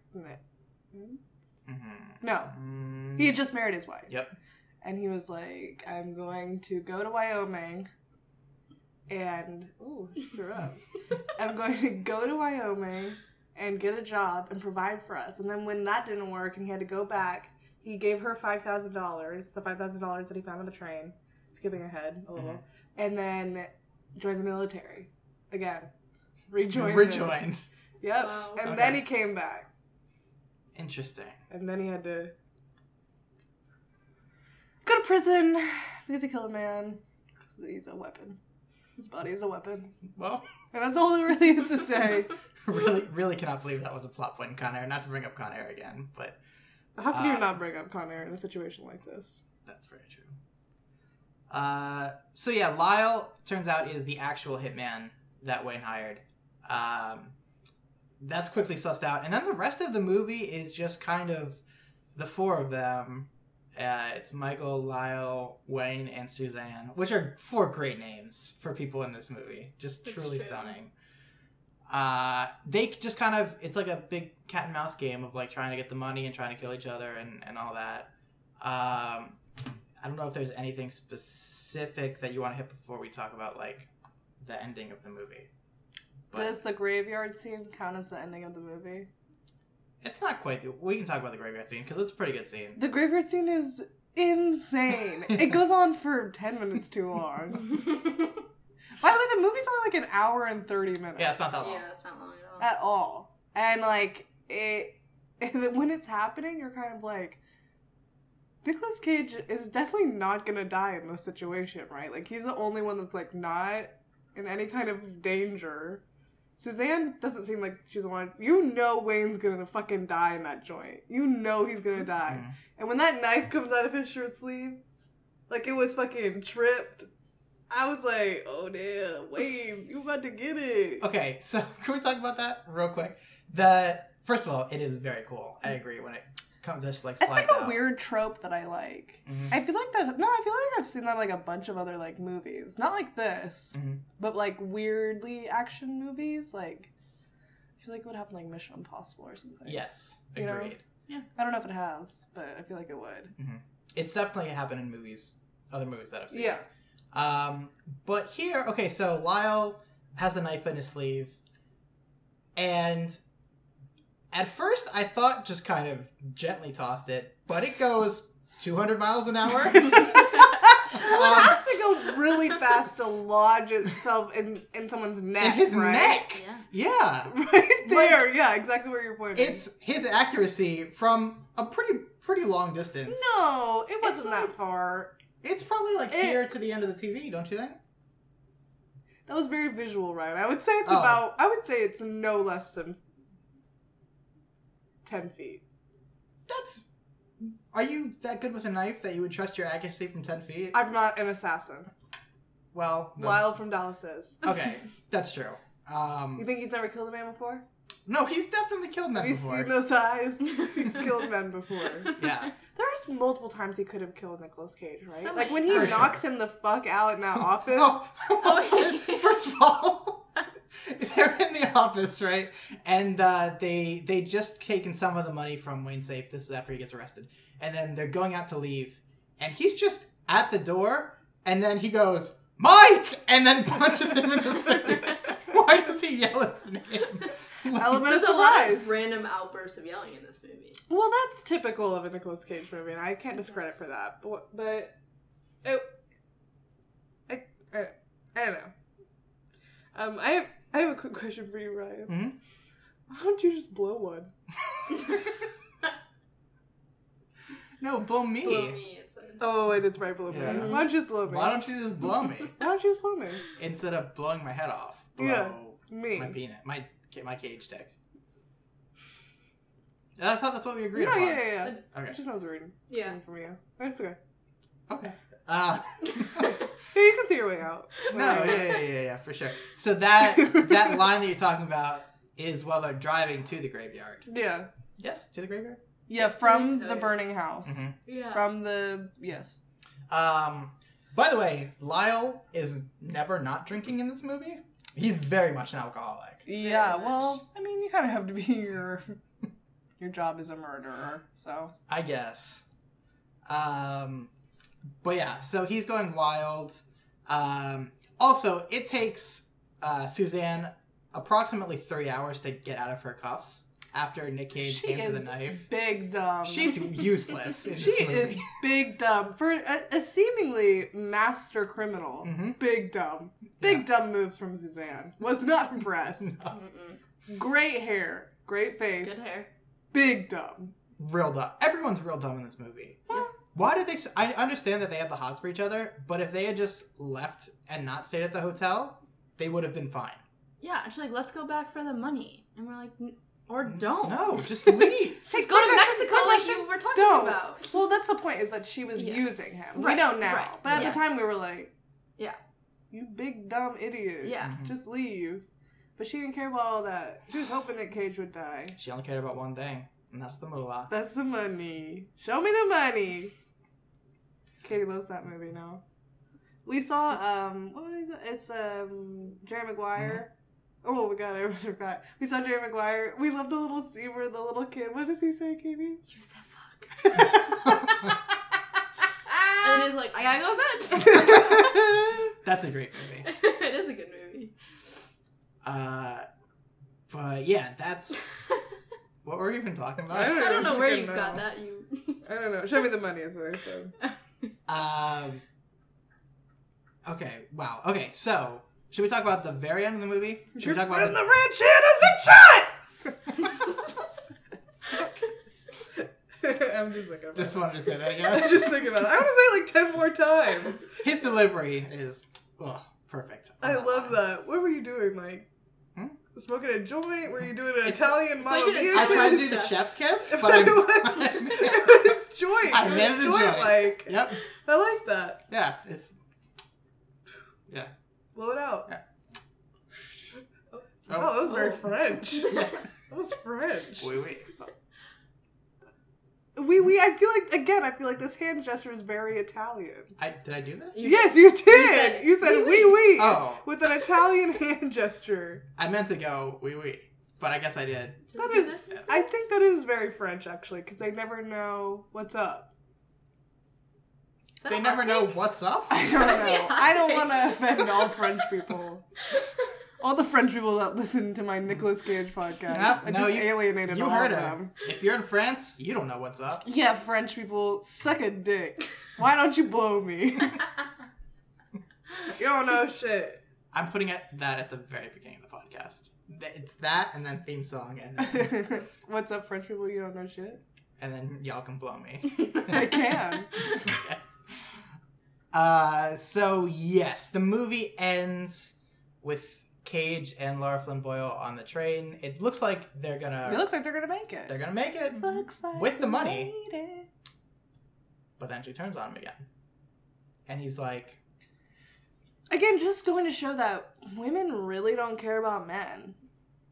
A: No,
B: hmm
A: he had just married his wife.
B: Yep.
A: And he was like, I'm going to go to Wyoming and. Ooh, she threw up. I'm going to go to Wyoming and get a job and provide for us. And then when that didn't work and he had to go back, he gave her $5,000, the $5,000 that he found on the train, skipping ahead a little,
B: Mhm.
A: and then joined the military again.
B: Mm-hmm.
A: Rejoined. it.
B: Rejoined.
A: Yep.
C: Wow.
A: And then
B: Okay.
A: he came back.
B: Interesting.
A: And then he had to go to prison because he killed a man. 'Cause He's a weapon. His body is a weapon.
B: Well,
A: And that's all there really is to say.
B: really, really cannot believe that was a plot point in Con Air. Not to bring up Con Air again, but
A: How could you
B: Uh,
A: not bring up Con Air in a situation like this?
B: that's very true. Uh, so yeah, Lyle turns out is the actual hitman that Wayne hired. Um, that's quickly sussed out, and then the rest of the movie is just kind of the four of them. Uh, it's Michael, Lyle, Wayne, and Suzanne, which are four great names for people in this movie. Just
C: That's
B: truly
C: true.
B: stunning. Uh, they just kind of it's like a big cat and mouse game of like trying to get the money and trying to kill each other and and all that. Um, I don't know if there's anything specific that you want to hit before we talk about like the ending of the movie. But
A: Does the graveyard scene count as the ending of the movie?
B: it's not quite. The, we can talk about the graveyard scene because it's a pretty good scene.
A: The graveyard scene is insane. it goes on for 10 minutes too long. By the way, the movie's only like an hour and 30 minutes.
B: Yeah, it's not that long.
C: yeah, that's not long at all.
A: at all. And like it, when it's happening, you're kind of like, Nicolas Cage is definitely not gonna die in this situation, right? Like he's the only one that's like not in any kind of danger. Suzanne doesn't seem like she's the one. You know Wayne's gonna fucking die in that joint. You know he's gonna die.
B: Mhm.
A: And when that knife comes out of his shirt sleeve, like it was fucking tripped. I was like, oh damn, Wayne, you about to get it.
B: Okay, so can we talk about that real quick? The first of all, it is very cool. I agree when it comes just like
A: Mm. It's
B: slides
A: like a
B: out.
A: weird trope that I like.
B: Mhm.
A: I feel like that. No, I feel like I've seen that in, like a bunch of other like movies, not like this,
B: Mhm.
A: but like weirdly action movies. Like, I feel like it would happen like Mission Impossible or something.
B: Yes,
A: You
B: agreed.
A: know? I don't know if it has, but I feel like it would.
B: It's definitely happened in movies, other movies that I've seen. Um, but here, okay, so Lyle has a knife in his sleeve, and at first I thought just kind of gently tossed it, but it goes 200 miles an hour. Um,
A: Well, it has to go really fast to lodge itself in in someone's neck.
B: in his
A: right?
B: neck.
C: Yeah.
B: Yeah.
A: Right there, yeah, exactly where you're pointing.
B: It's his accuracy from a pretty pretty long distance.
A: no, it wasn't
B: like-
A: that far.
B: It's probably like
A: It-
B: here to the end of the TV, don't you think?
A: That was very visual, Ryan. I would say it's
B: Oh.
A: about. I would say it's no less than ten feet.
B: That's Are you that good with a knife that you would trust your accuracy from 10 feet?
A: I'm not an assassin.
B: well, no.
A: Lyle from Dallas is.
B: Okay, that's true.
A: You
B: Um,
A: think he's never killed a man before?
B: no, he's definitely killed men
A: Have you
B: before.
A: seen those eyes? he's killed men before.
B: yeah,
A: There's multiple times he could have killed Nicolas Cage, right?
C: So
A: like
C: many
A: when he
B: times.
A: knocks him the fuck out in that office.
B: Oh,
C: Oh, yeah.
B: first of all, they're in the office, right? And uh, they they just taken some of the money from Wayne safe. This is after he gets arrested, and then they're going out to leave, and he's just at the door, and then he goes Mike, and then punches him in the face. Why does he yell his name? Like,
A: Element of
C: There's a lot
A: surprise.
C: of random outbursts of yelling in this movie.
A: Well, that's typical of a Nicolas Cage movie, and I can't discredit for that. But, but it, I, I, I don't know. Um, I have, I have a quick question for you, Ryan.
B: Mhm.
A: Why don't you just blow one?
B: no, blow me.
C: Blow me, it's like,
A: Oh, it is right below me.
B: Yeah.
A: Why don't you just blow me?
B: Why don't you just blow me
A: Why don't you just blow me?
B: instead of blowing my head off? Blow
A: Yeah. Me.
B: My peanut. My ca- my cage dick. I thought that's what we agreed
A: No,
B: on.
A: yeah, yeah, yeah. It
B: Okay.
A: just sounds weird
C: yeah.
A: from you. That's okay.
B: Okay. Uh,
A: Yeah, you can see your way out.
B: no, yeah, yeah, yeah, yeah, for sure. So that that line that you're talking about is while they're driving to the graveyard.
A: Yeah.
B: Yes, to the graveyard.
A: Yeah,
C: It's really
A: from the
C: exciting.
A: burning house.
B: Mhm.
C: Yeah.
A: From the yes.
B: Um. By the way, Lyle is never not drinking in this movie. He's very much an alcoholic.
A: Yeah,
C: much.
A: well, I mean, you kind of have to be your your job as a murderer, so
B: I guess. Um, but yeah, so he's going wild. Um, also, it takes uh, Suzanne approximately three hours to get out of her cuffs after Nick Cage
A: she
B: hands her
A: is
B: the knife.
A: big dumb.
B: She's useless in
A: she
B: this movie.
A: is big dumb for a, a seemingly master criminal.
C: Mm.
B: Mhm.
A: Big dumb, big dumb moves from Suzanne. Was not impressed.
C: Mm-mm.
A: Great hair, great face,
C: Mm. Good hair.
A: big dumb.
B: real dumb. Everyone's real dumb in this movie.
A: Yeah.
B: Why did they? s- I understand that they had the hots for each other, but if they had just left and not stayed at the hotel, they would have been fine.
C: Yeah, and she's like, let's go back for the money. And we're like, "N- or
A: Oh.
C: don't.
B: No, just leave.
C: Just go to
A: Mm, Take protection,
C: Mexico like you were talking
A: No.
C: about.
A: Well, that's the point. Is that she was
C: Yeah.
A: using him.
C: Right,
A: We know now,
C: right.
A: but at
C: Yes.
A: the time we were like,
C: Yeah.
A: you big dumb idiot.
C: Yeah.
B: Mhm.
A: just leave." But she didn't care about all that. She was hoping that Cage would die.
B: She only cared about one thing, and that's the moolah.
A: That's the money. Show me the money. Katie loves that movie now. We saw um what was it? It's um Jerry Maguire.
B: Uh-huh.
A: Oh my god, I forgot. We saw Jerry Maguire. We loved the little scene where the little kid what does he say, Katie?
C: You said fuck.
A: Ah!
C: And it's like, I gotta
B: That's a great movie.
C: go to bed. it is a good movie.
B: Uh, but yeah, that's what we're even talking about.
C: I don't know where you
A: fucking
C: got that. You.
A: I don't know. Show me the money is what I said.
B: Um, okay, wow. Okay, so should we talk about the very end of the movie? Should we talk about
A: From the ranch hand has been shot! I'm just like, I'm
B: Just wanted to say that
A: I'm
B: again.
A: just thinking about it. I want to say it like 10 more times.
B: His delivery is ugh, perfect. Oh
A: I love that. What were you doing, Mike?
B: Hmm?
A: Smoking a joint? Were you doing an Italian
C: like
A: Mamma
C: an
A: Mia?
B: I tried to do the
A: place?
B: chef's kiss, but
A: But
B: I,
A: it was, it was joint.
B: I
A: it
B: made it
A: was
B: a
A: joint,
B: joint.
A: like.
B: yep,
A: I like that.
B: yeah, it's yeah.
A: Blow it out.
B: Yeah.
A: Oh, that was very
C: Oh.
A: French.
B: yeah.
A: That was French.
B: Wait, wait.
A: We we I feel like again I feel like this hand gesture is very Italian.
B: I did I do this?
A: yes, you
C: said-
A: did. You said,
C: "Oui,
A: "wee wee"
C: oui."
B: Oh.
A: with an Italian hand gesture.
B: I meant to go wee wee, but I guess I did.
A: That
C: Do
A: is-
C: this instead.
A: I think that is very French actually because I never know what's up.
C: Is that a
B: They
C: hot
B: never
C: take?
B: know what's up.
A: I don't
C: That'd be a
A: know.
C: hot
A: I don't
C: take.
A: want to offend all French people. All the French people that listen to my Nicolas Cage podcast.
B: Yep,
A: I
B: no,
A: just
B: you-
A: alienated
B: You
A: all
B: heard
A: of
B: her.
A: them.
B: If you're in France, you don't know what's up.
A: Yeah, French people suck a dick. Why don't you blow me? you don't know shit.
B: I'm putting it, that at the very beginning of the podcast. Th- It's that, and then theme song, and then,
A: What's up, French people? You don't know shit.
B: and then y'all can blow me.
A: I can.
B: Uh, so yes, the movie ends with Cage and Laura Flynn Boyle on the train. It looks like they're gonna
A: It looks like they're gonna make
B: they're
A: it.
B: gonna make it,
A: Looks like
B: With the
A: we
B: money.
A: made it.
B: but then she turns on him again, and he's like,
A: Again, just going to show that women really don't care about men.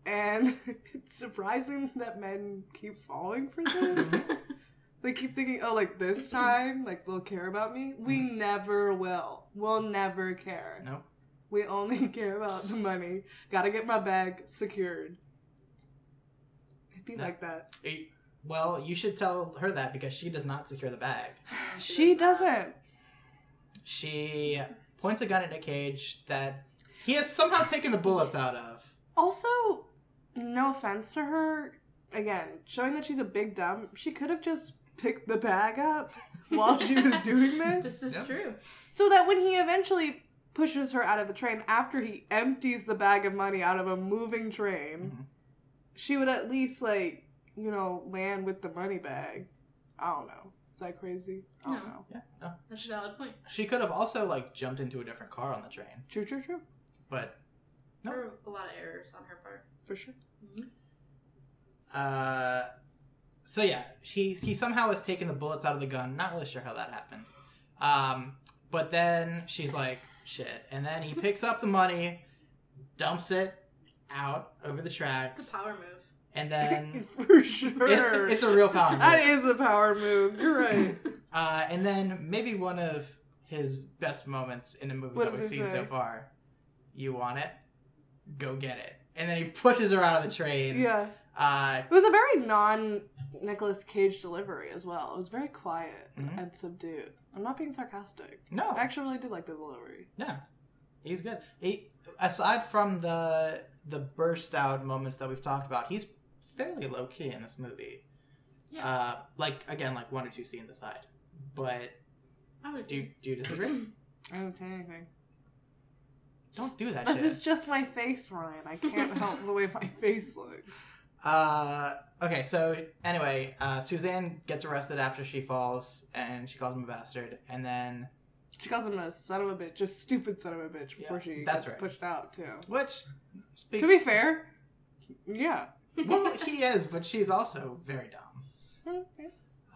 A: And it's surprising that men keep falling for this. They keep thinking, oh, like this time, like they'll care about me. We never will. We'll never care.
B: "Nope,
A: We only care about the money. Gotta get my bag secured. It'd be
B: No.
A: like that.
B: Eh, well, you should tell her that because she does not secure the bag.
A: She doesn't.
B: She points a gun at Nick Cage that he has somehow taken the bullets out of.
A: Also, no offense to her. Again, showing that she's a big dumb, she could have just picked the bag up while she was doing this.
C: This is
B: Yep.
C: true.
A: So that when he eventually pushes her out of the train after he empties the bag of money out of a moving train,
B: Mhm.
A: she would at least, like, you know, land with the money bag. I don't know. Is that crazy? I don't
C: No.
A: know.
B: Yeah, no.
C: That's a valid point.
B: She could have also like jumped into a different car on the train,
A: True, true, true.
B: but
C: There were a lot of errors on her part.
A: For sure.
C: Mm-hmm.
B: Uh, so yeah, he he somehow has taken the bullets out of the gun. Not really sure how that happened. Um, but then she's like, "Shit!" And then he picks up the money, dumps it out over the
C: It's
B: tracks,
C: a power move.
B: and then
A: For sure.
B: it's it's a real power
A: that
B: move.
A: is a power move. You're right.
B: Uh, and then maybe one of his best moments in a movie
A: What
B: that
A: does
B: we've
A: it
B: seen so
A: say?
B: far. You want it? go get it. And then he pushes her out of the train.
A: Yeah.
B: Uh,
A: It was a very non Nicolas Cage delivery as well. It was very quiet
B: Mm-hmm.
A: and subdued. I'm not being sarcastic.
B: no,
A: I actually really did like the delivery.
B: Yeah, he's good. He aside from the the burst out moments that we've talked about, he's fairly low key in this movie.
C: Yeah.
B: Uh, like again, like one or two scenes aside. But
C: I would
B: do you, do you disagree?
A: I didn't say anything.
B: Don't do that
A: This
B: shit.
A: is just my face, Ryan. I can't help the way my face looks.
B: Uh, okay, so anyway, uh, Suzanne gets arrested after she falls, and she calls him a bastard, and then
A: She calls him a son of a bitch, a stupid son of a bitch, before
B: Yeah,
A: she
B: that's
A: gets
B: right.
A: pushed out too.
B: which. Speak-
A: To be fair, yeah.
B: well, he is, but she's also very dumb.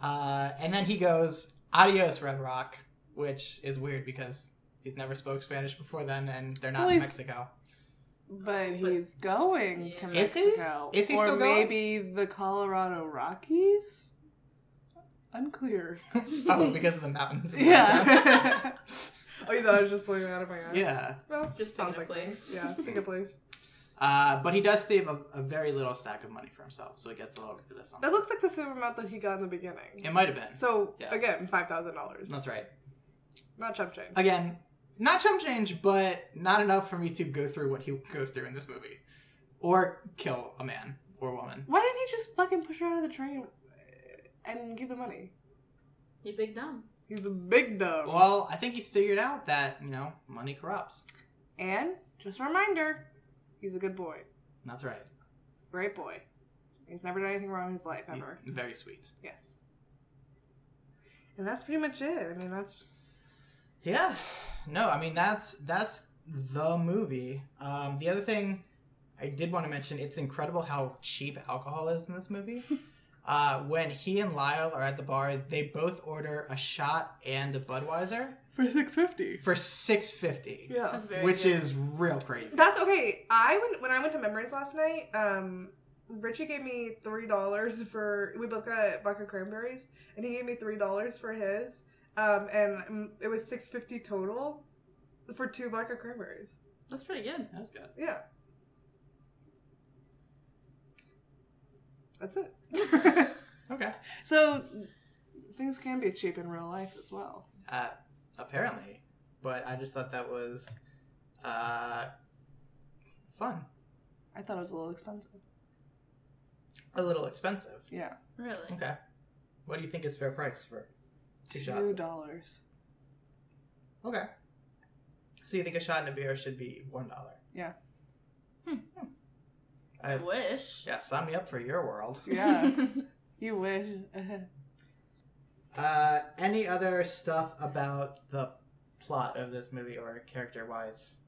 B: Uh, and then he goes, "Adios, Red Rock," which is weird because he's never spoke Spanish before then, and they're not
A: Well,
B: in
A: he's-
B: Mexico.
A: But he's going to
C: Is
B: he?
A: Mexico.
B: Is he
A: or
B: still going?
A: maybe the Colorado Rockies? Unclear.
B: oh, because of the mountains. in Mexico.
A: Yeah. oh, you thought I was just playing out of my eyes?
B: yeah.
A: Well,
C: Just pick
A: sounds
C: a
A: like
C: place.
A: that. Yeah, pick a place.
B: Uh, but he does save a, a very little stack of money for himself, so he gets a little bit of something.
A: That looks like the same amount that he got in the beginning.
B: It might have been.
A: So
B: Yeah.
A: again, five thousand dollars.
B: That's right.
A: Not chump change.
B: Again, not chump change, but not enough for me to go through what he goes through in this movie, or kill a man or woman.
A: Why didn't he just fucking push her out of the train and give the money?
C: You big dumb.
A: He's a big dumb.
B: Well, I think he's figured out that you know money corrupts.
A: And just a reminder, he's a good boy.
B: That's right.
A: Great boy. He's never done anything wrong in his life
B: He's
A: ever.
B: very sweet.
A: Yes. And that's pretty much it. I mean, that's
B: Yeah. No, I mean that's that's the movie. Um, the other thing I did want to mention, it's incredible how cheap alcohol is in this movie. Uh, when he and Lyle are at the bar, they both order a shot and a Budweiser
A: for six fifty.
B: for six fifty,
A: Yeah.
C: That's very
B: Uh, which
C: good.
B: is real crazy.
A: That's okay. I went when I went to Memories last night. Um, Richie gave me three dollars for we both got vodka cranberries, and he gave me three dollars for his. Um, and mm, it was six fifty total for two vodka cranberries.
C: That's pretty good.
B: That's good.
A: Yeah, that's it.
B: Okay.
A: so things can be cheap in real life as well.
B: Uh, apparently, but I just thought that was uh, fun.
A: I thought it was a little expensive.
B: A little expensive.
A: Yeah,
C: Really.
B: Okay. What do you think is fair price for two shots?
A: two dollars.
B: Okay. So you think a shot and a beer should be one dollar?
A: Yeah.
C: I
B: I
C: wish.
B: yeah, sign me up for your world.
A: Yeah, you wish.
B: Uh, any other stuff about the plot of this movie or character wise?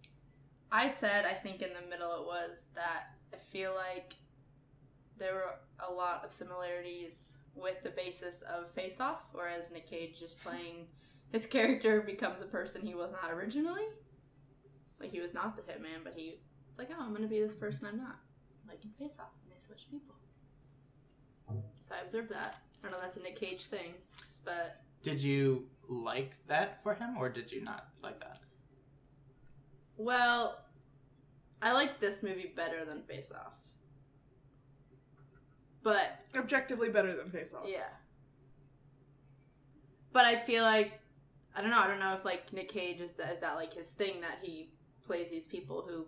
C: I said, I think in the middle it was that I feel like there were a lot of similarities with the basis of Face Off, whereas Nick Cage is playing his character becomes a person he was not originally. Like he was not the hitman, but he it's like, oh, I'm gonna be this person I'm not, like in Face Off, and they switch people. So I observed that. I don't know, if that's a Nick Cage thing, but
B: Did you like that for him, or did you not like that?
C: Well, I like this movie better than Face Off. But
A: Objectively better than Face Off.
C: yeah. But I feel like I don't know. I don't know if like Nick Cage is that is that like his thing that he plays these people who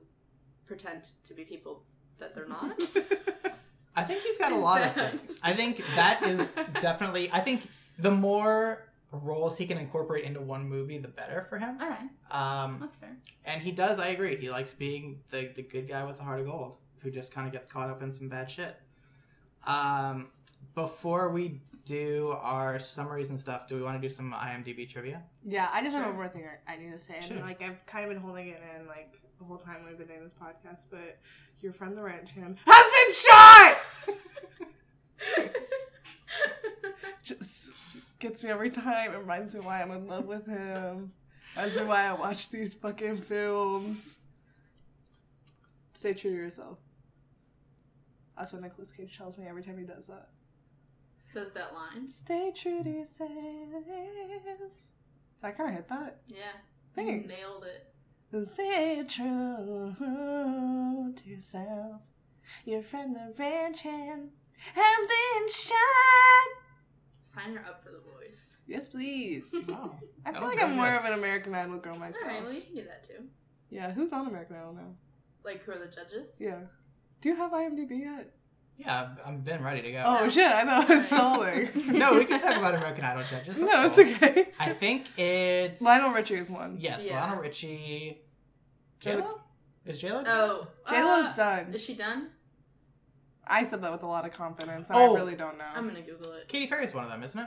C: pretend to be people that they're not.
B: I think he's got a
C: Is
B: lot
C: that-
B: of things. I think that is definitely. I think the more roles he can incorporate into one movie, the better for him.
C: All right,
B: Um,
C: that's fair.
B: And he does, I agree. He likes being the, the good guy with the heart of gold who just kind of gets caught up in some bad shit. Um, before we do our summaries and stuff, do we want to do some IMDb trivia?
A: Yeah, I just have
C: Sure.
A: one more thing I I need to say. And
B: Sure.
A: like I've kind of been holding it in like the whole time we've been doing this podcast, but your friend the ranch hand has been shot. just gets me every time. It reminds me why I'm in love with him. Reminds me why I watch these fucking films. Stay true to yourself. That's what Nicolas Cage tells me every time he does that.
C: Says that line.
A: Stay true to yourself. Did I kind of hit that?
C: Yeah.
A: Thanks.
C: Nailed it.
A: Stay true to yourself. Your friend the ranch hand has been shot.
C: Sign her up for the voice.
A: Yes, please.
B: Oh,
A: I
B: That
A: feel
B: was
A: like
B: very
A: I'm more
B: good.
A: of an American Idol girl myself.
C: All right, well you can do that too.
A: Yeah, who's on American Idol now?
C: Like who are the judges?
A: Yeah. Do you have IMDb yet?
B: yeah, I've- I've been ready to go.
A: Oh shit, I thought I was stalling.
B: no, we can talk about American Idol judges. that's
A: no, it's
B: cool.
A: okay.
B: I think it's
A: Lionel Richie is one.
B: Yes,
C: Yeah.
B: Lionel Richie. J Lo is J Lo?
C: Oh,
A: JLo's
C: uh,
A: done.
C: Is she done?
A: I said that with a lot of confidence. and
B: Oh.
A: I really don't know.
C: I'm gonna Google it.
B: Katy Perry is one of them, isn't it?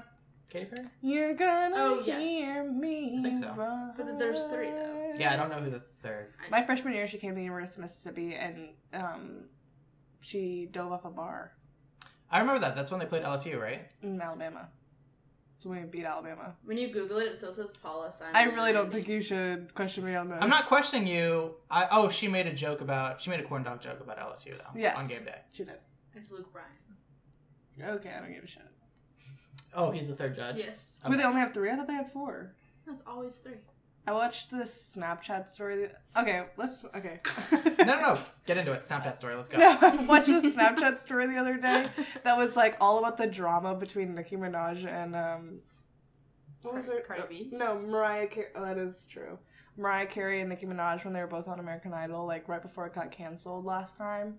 B: Katy Perry.
A: You're gonna
C: Oh, yes.
A: hear me.
B: I think so.
A: roar.
C: But there's three, though.
B: Yeah, I don't know who the third.
A: My freshman year, she came to the University of Mississippi, and um, she dove off a bar
B: I remember that. That's when they played LSU, right?
A: in Alabama. So we beat Alabama.
C: When you Google it, it still says Paula Simon.
A: I really don't think
C: Randy.
A: you should question me on this.
B: I'm not questioning you. I oh, she made a joke about she made a corn dog joke about LSU though.
A: Yes.
B: On game day.
A: She did.
C: It's Luke Bryan.
A: Okay, I don't give a shit.
B: Oh, he's the third judge.
C: Yes.
A: Wait, they only have three? I thought they had four.
C: No, it's always three.
A: I watched this Snapchat story. the- Okay, let's. Okay.
B: No, no, no. Get into it. Snapchat story. Let's go.
A: No, I watched a Snapchat story the other day that was like all about the drama between Nicki Minaj and um, what was
C: Cardi-
A: it?
C: Cardi B?
A: No, Mariah. Carey. Oh, that is true. Mariah Carey and Nicki Minaj when they were both on American Idol, like right before it got canceled last time.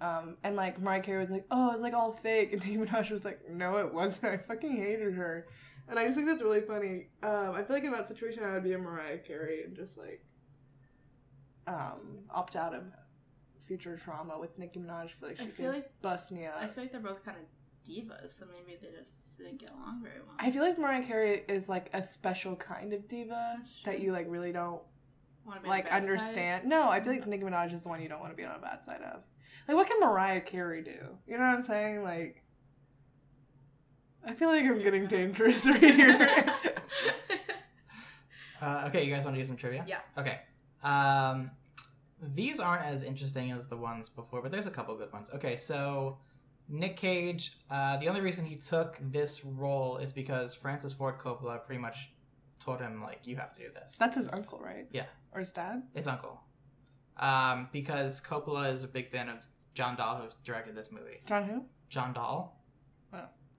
A: Um, and like Mariah Carey was like, "Oh, it's like all fake," and Nicki Minaj was like, "No, it wasn't. I fucking hated her." And I just think that's really funny. Um, I feel like in that situation, I would be a Mariah Carey and just like um, opt out of future trauma with Nicki Minaj. I feel like
C: I
A: she
C: feel
A: could
C: like-
A: bust me up.
C: I feel like they're both kind of divas, so maybe they just didn't get along very well.
A: I feel like Mariah Carey is like a special kind of diva
C: That's true.
A: that you like really don't
C: Wanna be on the
A: like
C: bad side?
A: understand. No, I feel like Nicki Minaj is the one you don't want to be on the bad side of. Like, what can Mariah Carey do? You know what I'm saying? Like, I feel like I'm getting dangerous right here.
B: Uh, okay, you guys want to do some trivia?
C: Yeah.
B: Okay. Um, these aren't as interesting as the ones before, but there's a couple good ones. Okay, so Nick Cage, uh, the only reason he took this role is because Francis Ford Coppola pretty much told him, like, you have to do this.
A: That's his uncle, right?
B: Yeah.
A: Or his dad?
B: His uncle. Um, because Coppola is a big fan of John Dahl, who directed this movie.
A: John who?
B: John Dahl?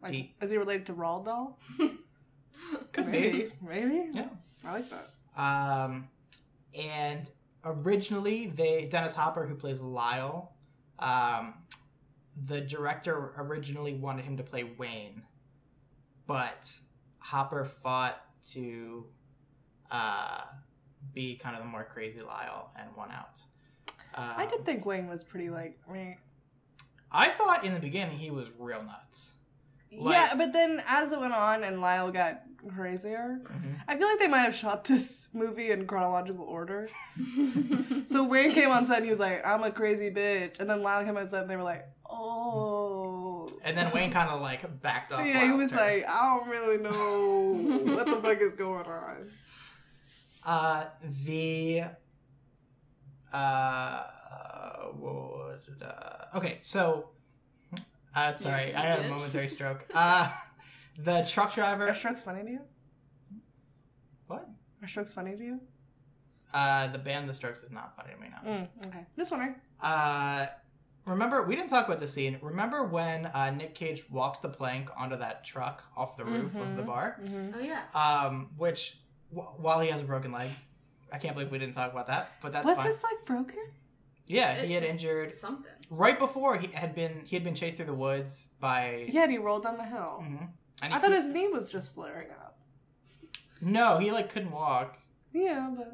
A: Like,
B: He-
A: is he related to Roald Dahl?
B: Could
A: Maybe. Maybe.
B: Yeah.
A: I like that.
B: Um, and originally, they Dennis Hopper, who plays Lyle, um, the director originally wanted him to play Wayne, but Hopper fought to uh, be kind of the more crazy Lyle and won out. Um,
A: I did think Wayne was pretty like. meh.
B: I thought in the beginning he was real nuts. Like-
A: yeah, but then as it went on and Lyle got crazier,
B: Mm-hmm.
A: I feel like they might have shot this movie in chronological order. so Wayne came on set and he was like, "I'm a crazy bitch," and then Lyle came on set and they were like, "Oh."
B: And then Wayne kind of like backed off.
A: yeah, he
B: Lyle's
A: was
B: turn.
A: like, "I don't really know what the fuck is going on."
B: Uh, the uh, what, uh okay, so uh, sorry, I had a
C: Yes.
B: momentary stroke. Uh, the truck
A: Are
B: driver.
A: strokes funny to you?
B: What?
A: Are strokes funny to you?
B: Uh, the band The Strokes is not funny to me now.
A: Mm, okay, just wondering.
B: Uh, remember we didn't talk about this scene. Remember when uh, Nick Cage walks the plank onto that truck off the roof of the
A: Mhm.
B: bar?
A: Mm-hmm.
C: oh yeah.
B: Um, which w- while he has a broken leg, I can't believe we didn't talk about that. But that's
A: Was
B: fine. Mm-hmm.
A: this like broken?
B: Yeah, he
C: It-
B: had injured.
C: It's something.
B: right before he had been he had been chased through the woods by
A: Yeah, and he rolled down the hill.
B: Mhm. And he
A: I thought
B: keep-
A: his knee was just flaring up.
B: no he like couldn't walk
A: Yeah, but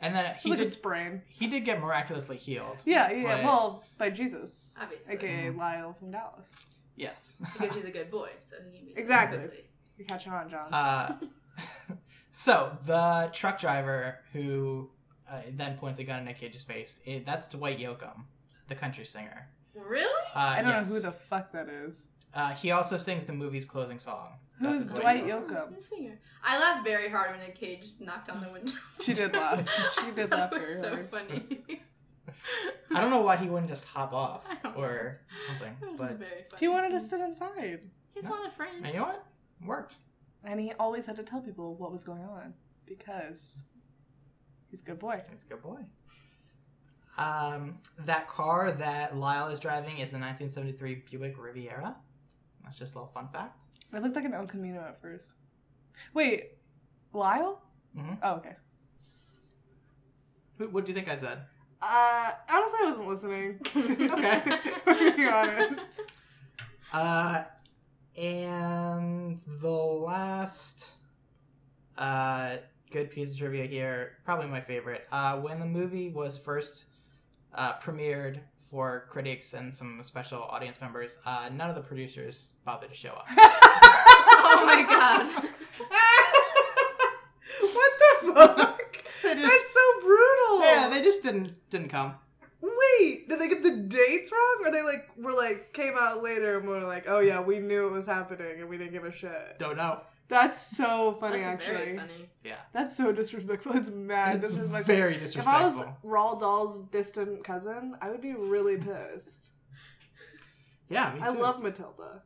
B: and then
A: it's
B: he
A: like
B: did
A: a sprain.
B: he did get miraculously healed
A: Yeah, yeah, yeah.
B: But-
A: Well, by Jesus,
C: Obviously.
A: aka Lyle from Dallas.
B: yes
C: Because he's a good boy, so he can be
A: Exactly.
C: perfectly-
A: You catch on, John.
B: uh, so the truck driver who uh, then points a gun in Nick Cage's face it, that's Dwight Yoakam the country singer
C: Really?
B: uh,
A: I don't
B: yes.
A: know who the fuck that is.
B: uh, he also sings the movie's closing song
A: Who
B: That's
A: is Dwight
B: Yoakam.
A: Yoakam?
C: The singer. I laughed very hard when a cage knocked on the window.
A: She did laugh. She did laugh
C: That was
A: very
C: so
A: hard.
C: funny.
B: I don't know why he wouldn't just hop off
C: I don't
B: or something
C: That was
B: but
C: very funny.
A: He wanted
C: me.
A: to sit inside,
C: He just wanted a friend.
B: and you know what worked
A: and he always had to tell people what was going on because He's a good boy.
B: He's a good boy. Um, that car that Lyle is driving is a 1973 Buick Riviera. That's just a little fun fact.
A: It looked like an El Camino at first. Wait, Lyle?
B: Mhm.
A: Oh, okay.
B: Wh- What do you think I said?
A: Uh, honestly, I wasn't listening.
B: Okay.
A: to be honest.
B: Uh, and the last uh, good piece of trivia here, probably my favorite. Uh, when the movie was first uh, premiered for critics and some special audience members, uh, none of the producers bothered to show up.
C: oh my god.
A: what the fuck?
B: They just-
A: That's so brutal.
B: yeah, they just didn't didn't come.
A: Wait, did they get the dates wrong? Or they like were like came out later and were like, oh yeah, we knew it was happening and we didn't give a shit.
B: Don't know.
A: That's so funny,
C: That's
A: actually.
C: very funny.
A: That's so disrespectful. It's mad
B: It's
A: disrespectful.
B: very
A: If I was
B: disrespectful.
A: Raw Dahl's distant cousin, I would be really pissed.
B: Yeah, me too.
A: I love Matilda.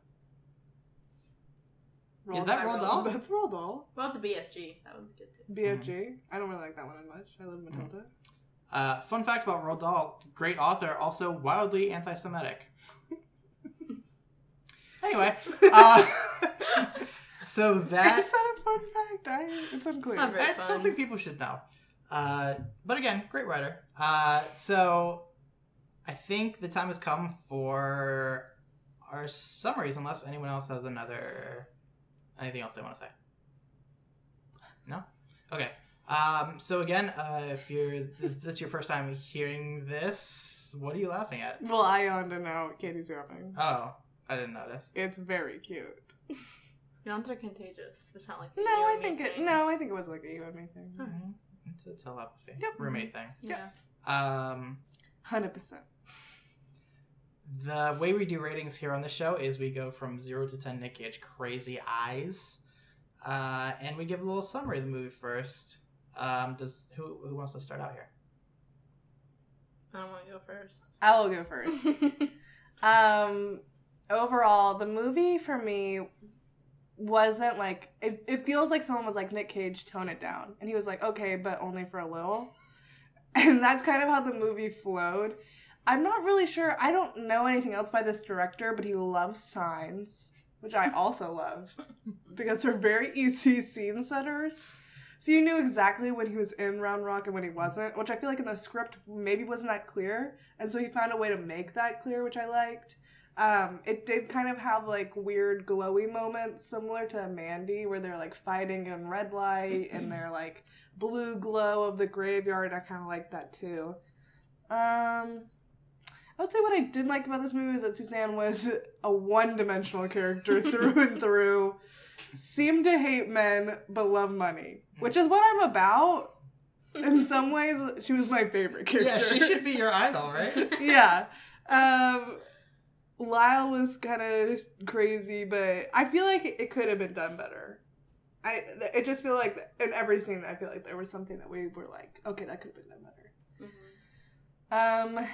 B: Is that Roald Dahl?
A: That's Roald Dahl.
C: Well, the BFG. That one's good too.
A: BFG. I don't really like that one as much. I love Matilda.
B: Uh, fun fact about Roald Dahl, great author, also wildly anti Semitic. anyway, uh, so
A: Is
B: that,
A: that a fun fact? I, it's unclear.
C: Mm. not very-
B: that's
C: fun.
B: something people should know. Uh, but again, great writer. Uh, so I think the time has come for our summaries, unless anyone else has another anything else they want to say. No? Okay. Um, so again, uh, if you're is this your first time hearing this, what are you laughing at?
A: well, I owned it now. Katie's yawning.
B: Oh, I didn't notice.
A: It's very cute.
C: Nouns are contagious. It's not like a
A: No,
C: you and
A: I
C: me
A: think it.
C: thing.
A: No, I think it was like a you and me thing.
C: Hmm.
B: Alright. It's a telepathy.
A: Yep.
B: Roommate thing.
C: Yeah.
B: Um
A: Hundred percent.
B: The way we do ratings here on the show is we go from zero to ten Nick Cage crazy eyes, uh, and we give a little summary of the movie first. Um, does who who wants to start out here?
C: I don't want to go first.
A: I will go first. um overall the movie for me wasn't like it, it feels like someone was like nick cage tone it down and he was like okay but only for a little and that's kind of how the movie flowed i'm not really sure i don't know anything else by this director but he loves signs which i also love because they're very easy scene setters so you knew exactly when he was in round rock and when he wasn't which i feel like in the script maybe wasn't that clear and so he found a way to make that clear which i liked um, it did kind of have like weird glowy moments similar to mandy where they're like fighting in red light and they're like blue glow of the graveyard i kind of like that too um, i would say what i did like about this movie is that suzanne was a one-dimensional character through and through seemed to hate men but love money which is what i'm about in some ways she was my favorite character
B: Yeah, she should be your idol, right?
A: yeah. Um, Lyle was kind of crazy, but I feel like it could have been done better. I th- it just feel like in every scene, I feel like there was something that we were like, okay, that could have been done better.
C: Mhm.
A: Um,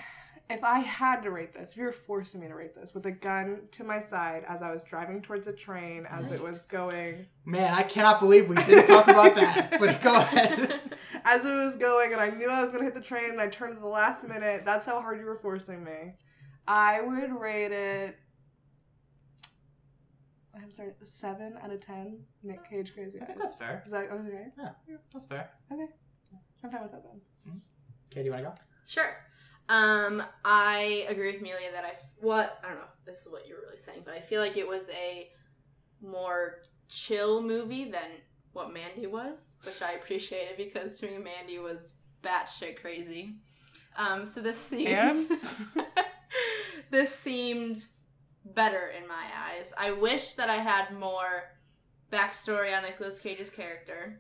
A: if I had to rate this, if you're forcing me to rate this with a gun to my side as I was driving towards a train as it was going,
B: Man, I cannot believe we didn't talk about that. But go ahead.
A: as it was going, and I knew I was gonna hit the train, and I turned at the last minute. That's how hard you were forcing me. I would rate it. I'm sorry, seven out of ten. Nick Cage crazy
B: I think
A: eyes.
B: that's fair.
A: Is that okay?
B: That's fair.
A: I'm fine with that then.
B: Katie, you want to go?
C: Sure. Um, I agree with Melia that I f- what I don't know if this is what you're really saying, but I feel like it was a more chill movie than what Mandy was, which I appreciated because to me Mandy was batshit crazy. Um, so this seemed this seemed better in my eyes. I wish that I had more backstory on Nicolas Cage's character.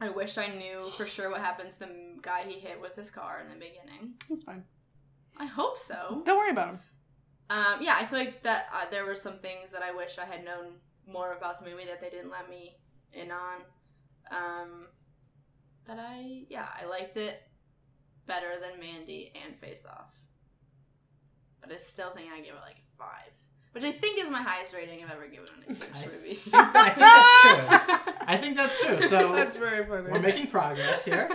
C: I wish I knew for sure what happened to the m- guy he hit with his car in the beginning.
A: It's fine.
C: I hope
B: Oh.
C: so.
A: Don't worry about him.
C: Um, yeah, I feel like that uh, there were some things that I wish I had known more about the movie that they didn't let me in on. Um, that I yeah I liked it better than Mandy and Face Off, but I still think I give it like a five, which I think is my highest rating I've ever given on a
B: I
C: French movie.
B: I think that's true. I think that's true. So
A: That's very funny.
B: we're making progress here.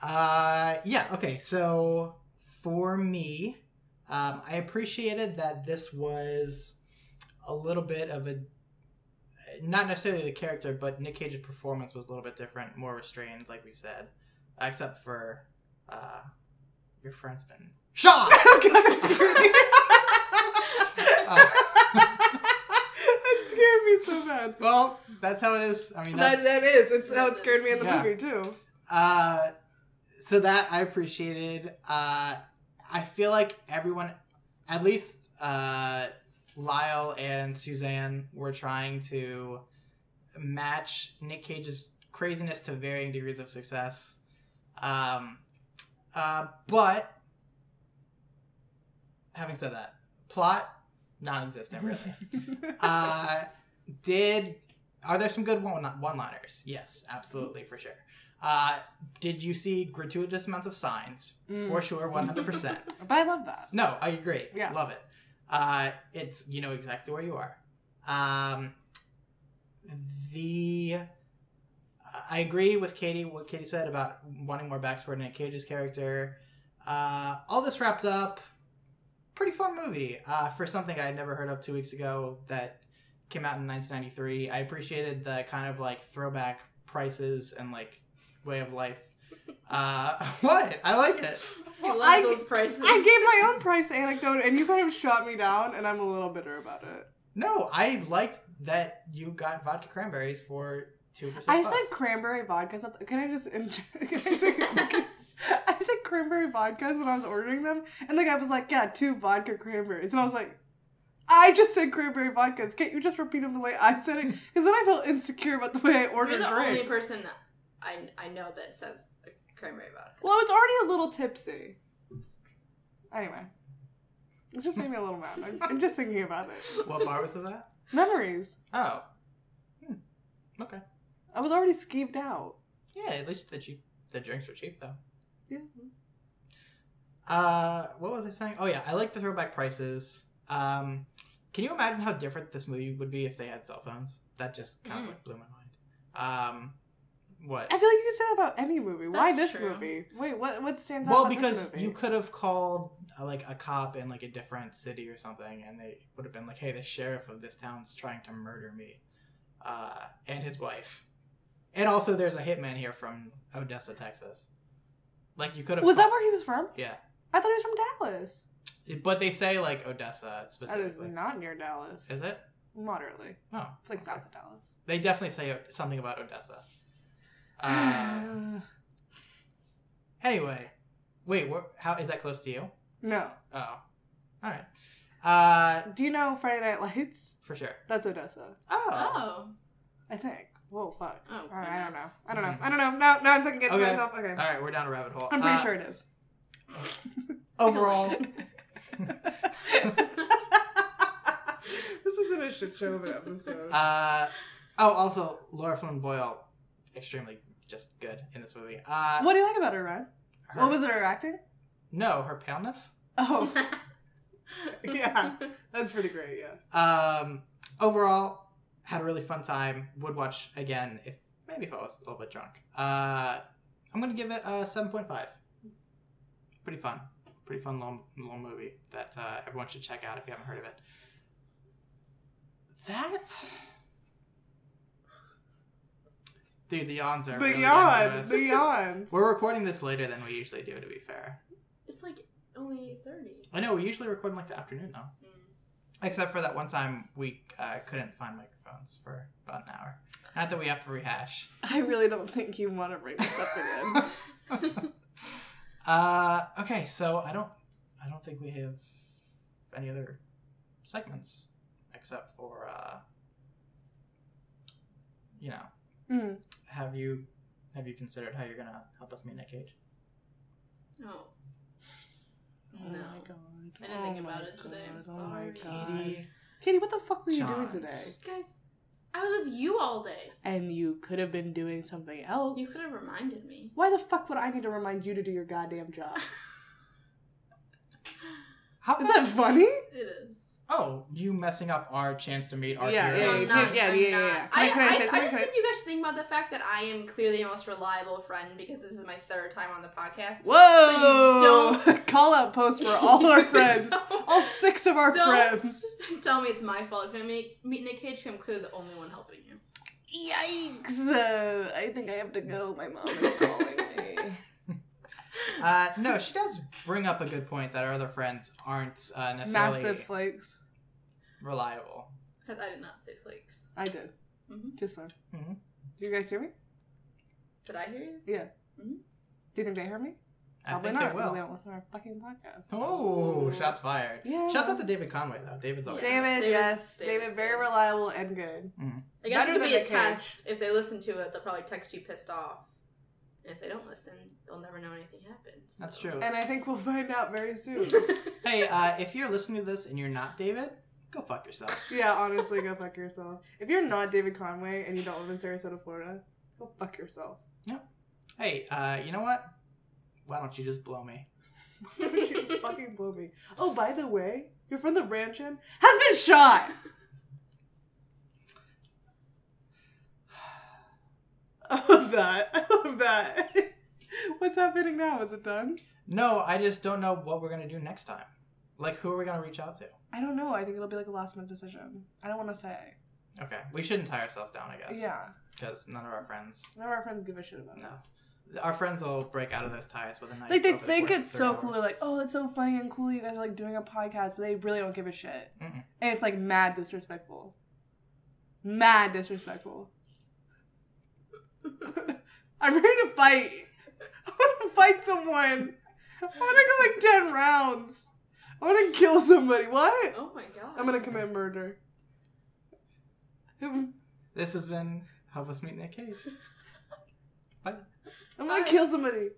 B: Uh, yeah, okay. So for me, um, I appreciated that this was a little bit of a not necessarily the character, but Nick Cage's performance was a little bit different, more restrained, like we said, except for uh, your friend's been Shaw.
A: Oh, that scared me.
B: Uh,
A: that scared me so bad.
B: well, that's how it is. I mean,
A: That,
B: that's,
A: that is. It's how it scared me in the
B: Yeah.
A: movie too.
B: Uh, so that I appreciated. Uh, I feel like everyone, at least uh, Lyle and Suzanne, were trying to match Nick Cage's craziness to varying degrees of success. Um, uh, but having said that, plot non-existent really. uh, did are there some good one one-liners? Yes, absolutely for sure. Uh, did you see gratuitous amounts of signs?
A: Mm.
B: For sure, one hundred percent.
A: But I love that.
B: No, I agree.
A: Yeah.
B: Love it. Uh, it's you know exactly where you are. Um, the I agree with Katie what Katie said about wanting more backstory in Nick Cage's character. Uh, all this wrapped up, pretty fun movie uh, for something I had never heard of two weeks ago that came out in 1993. I appreciated the kind of like throwback prices and like way of life. Uh, what? I like it.
C: He
A: Well,
C: loves
A: I-
C: those prices.
A: I gave my own price anecdote, and you kind of shot me down, and I'm a little bitter about it.
B: No, I liked that you got vodka cranberries for two for six
A: I
B: bucks.
A: said cranberry vodkas. at the- Can I just? in- Can I, just I said cranberry vodkas when I was ordering them, and the guy was like, "Yeah, two vodka cranberries," and I was like, "I just said cranberry vodkas. Can't you just repeat them the way I said it?" Because then I felt insecure about the way I ordered
C: You're the
A: drinks.
C: only person I, I know that says cranberry vodka.
A: Well, I was already a little tipsy. Anyway, it just made me a little mad. I'm, I'm just thinking about it.
B: What bar was this at?
A: Memories.
B: Oh. Hmm. Okay.
A: I was already skeeved out.
B: Yeah, at least the cheap the drinks were cheap though.
A: Yeah.
B: Uh what was I saying? Oh yeah, I like the throwback prices. Um can you imagine how different this movie would be if they had cell phones? That just kind of
C: Mm.
B: like blew my mind. Um what?
A: Hmm. I feel like you can say that about any movie. Why
C: That's
A: this
C: true.
A: movie? Wait, what? What stands out?
B: Well,
A: about
B: because
A: this movie?
B: you could have called uh, like a cop in like a different city or something, and they would have been like, "Hey, the sheriff of this town's trying to murder me, uh, and his wife, and also there's a hitman here from Odessa, Texas." Like you could have
A: Was that where he was from?
B: Yeah,
A: I thought he was from Dallas.
B: but they say like Odessa
A: That is
B: specifically.
A: not near Dallas.
B: Is it?
A: Moderately.
B: No,
A: It's like south of Dallas.
B: they definitely say something about Odessa. Uh, anyway, wait, what, how is that close to you?
A: no.
B: Oh, all right, uh,
A: Do you know Friday Night Lights?
B: for sure.
A: That's Odessa.
C: Oh.
A: I think. Whoa, fuck.
C: Oh,
A: All right, I don't know.
C: goodness.
A: I don't know.
B: Mhm.
A: I don't know. No, no, I'm second guessing
B: Okay.
A: myself. Okay.
B: All right, we're down a rabbit hole.
A: I'm pretty
B: Uh,
A: sure it is.
B: Overall,
A: this has been a shit show of an episode.
B: uh, oh, also Laura Flynn Boyle, extremely just good in this movie. Uh,
A: what do you like about her, Ron?
B: her-
A: What was it, her acting?
B: No, her paleness.
A: Oh, yeah. That's pretty great, yeah.
B: Um, overall, had a really fun time. Would watch again if maybe if I was a little bit drunk. Uh, I'm gonna give it a seven point five. Pretty fun, pretty fun long long movie that uh, everyone should check out if you haven't heard of it. That. Dude, the yawns are really getting to
A: Beyond,
B: us.
A: beyond.
B: We're recording this later than we usually do. To be fair,
C: It's like only 30.
B: I know we usually record in like the afternoon though. Except for that one time we uh, couldn't find microphones for about an hour. Not that we have to rehash.
A: I really don't think you want to bring this up again.
B: Uh, okay, so I don't, I don't think we have any other segments except for, uh, you know,
A: Mm.
B: have you, have you considered how you're gonna help us meet Nick Cage?
C: Oh. No.
A: Oh god. Oh
C: I didn't think about it today, I'm sorry.
B: Katie,
A: Katie, what the fuck were you
B: Johns.
A: doing today?
C: Guys, I was with you all day.
A: And you could have been doing something else.
C: You could have reminded me.
A: Why the fuck would I need to remind you to do your goddamn job?
B: how
A: Is that funny?
C: It is.
B: oh, you messing up our chance to meet our
A: Yeah,
C: No,
B: heroes.
A: yeah,
C: I'm
A: you
C: not.
A: can't- yeah,
C: I'm
A: yeah, yeah,
C: not.
A: yeah. Can
C: I,
A: I- can I
C: I-
A: say
C: I
A: something?
C: just
A: Can I-
C: think you guys should think about the fact that I am clearly the most reliable friend because this is my third time on the podcast.
A: Whoa!
C: So
A: Call out post for all our friends.
C: Don't-
A: all six of our
C: Don't
A: friends.
C: tell me it's my fault. If I meet, meet Nick Cage, I'm clearly the only one helping you.
A: Yikes! Uh, I think I have to go. My mom is calling me.
B: Uh, no, she does bring up a good point that our other friends aren't uh, necessarily
A: Massive flakes.
B: reliable.
C: I I did not say flakes.
A: I did.
C: Mhm.
A: Just so.
B: Mhm.
A: Do you guys hear me?
C: Did I hear you?
A: Yeah.
C: Mhm.
A: Do you think they heard me?
B: I
A: not.
B: think they
A: because
B: will.
A: They don't listen to our fucking podcast.
B: Oh, shots fired.
A: Yeah.
B: Shouts out to David Conway, though. David's always
C: Yeah.
A: David,
C: David-
A: yes,
C: David's
A: David, very
C: good.
A: reliable and good.
C: I guess
A: Better
C: it could
A: than
C: be a
A: Nick Cage.
C: test. If they listen to it, they'll probably text you pissed off. And if they don't listen, they'll never know anything happened. so.
B: That's true.
A: And I think we'll find out very soon.
B: hey, uh, if you're listening to this and you're not David, go fuck yourself.
A: yeah, honestly, go fuck yourself. If you're not David Conway and you don't live in Sarasota, Florida, go fuck yourself.
B: Hey, uh, you know what? Why don't you just blow me?
A: Why don't you just fucking blow me? Oh, by the way, your friend the Ranchin has been shot. I love that. I love that. What's happening now? Is it done?
B: No, I just don't know what we're gonna do next time. Like, who are we gonna reach out to?
A: I don't know. I think it'll be like a last minute decision. I don't want to say.
B: Okay, we shouldn't tie ourselves down, I guess.
A: Yeah.
B: Because none of our friends,
A: None of our friends give a shit about it.
B: no, our friends will break out of those ties with a knife.
A: Like they
B: over the
A: think
B: course
A: it's
B: of
A: so
B: three
A: cool. They're
B: hours.
A: like, oh, it's so funny and cool. You guys are like doing a podcast, but they really don't give a shit.
B: Mm-mm.
A: And it's like mad disrespectful. Mad disrespectful. I'm ready to fight. I want to fight someone. I want to go like ten rounds. I want to kill somebody. What?
C: oh my god.
A: I'm gonna commit murder. I'm
B: This has been help us meet Nick Cage.
A: I'm gonna
C: Bye.
A: kill somebody.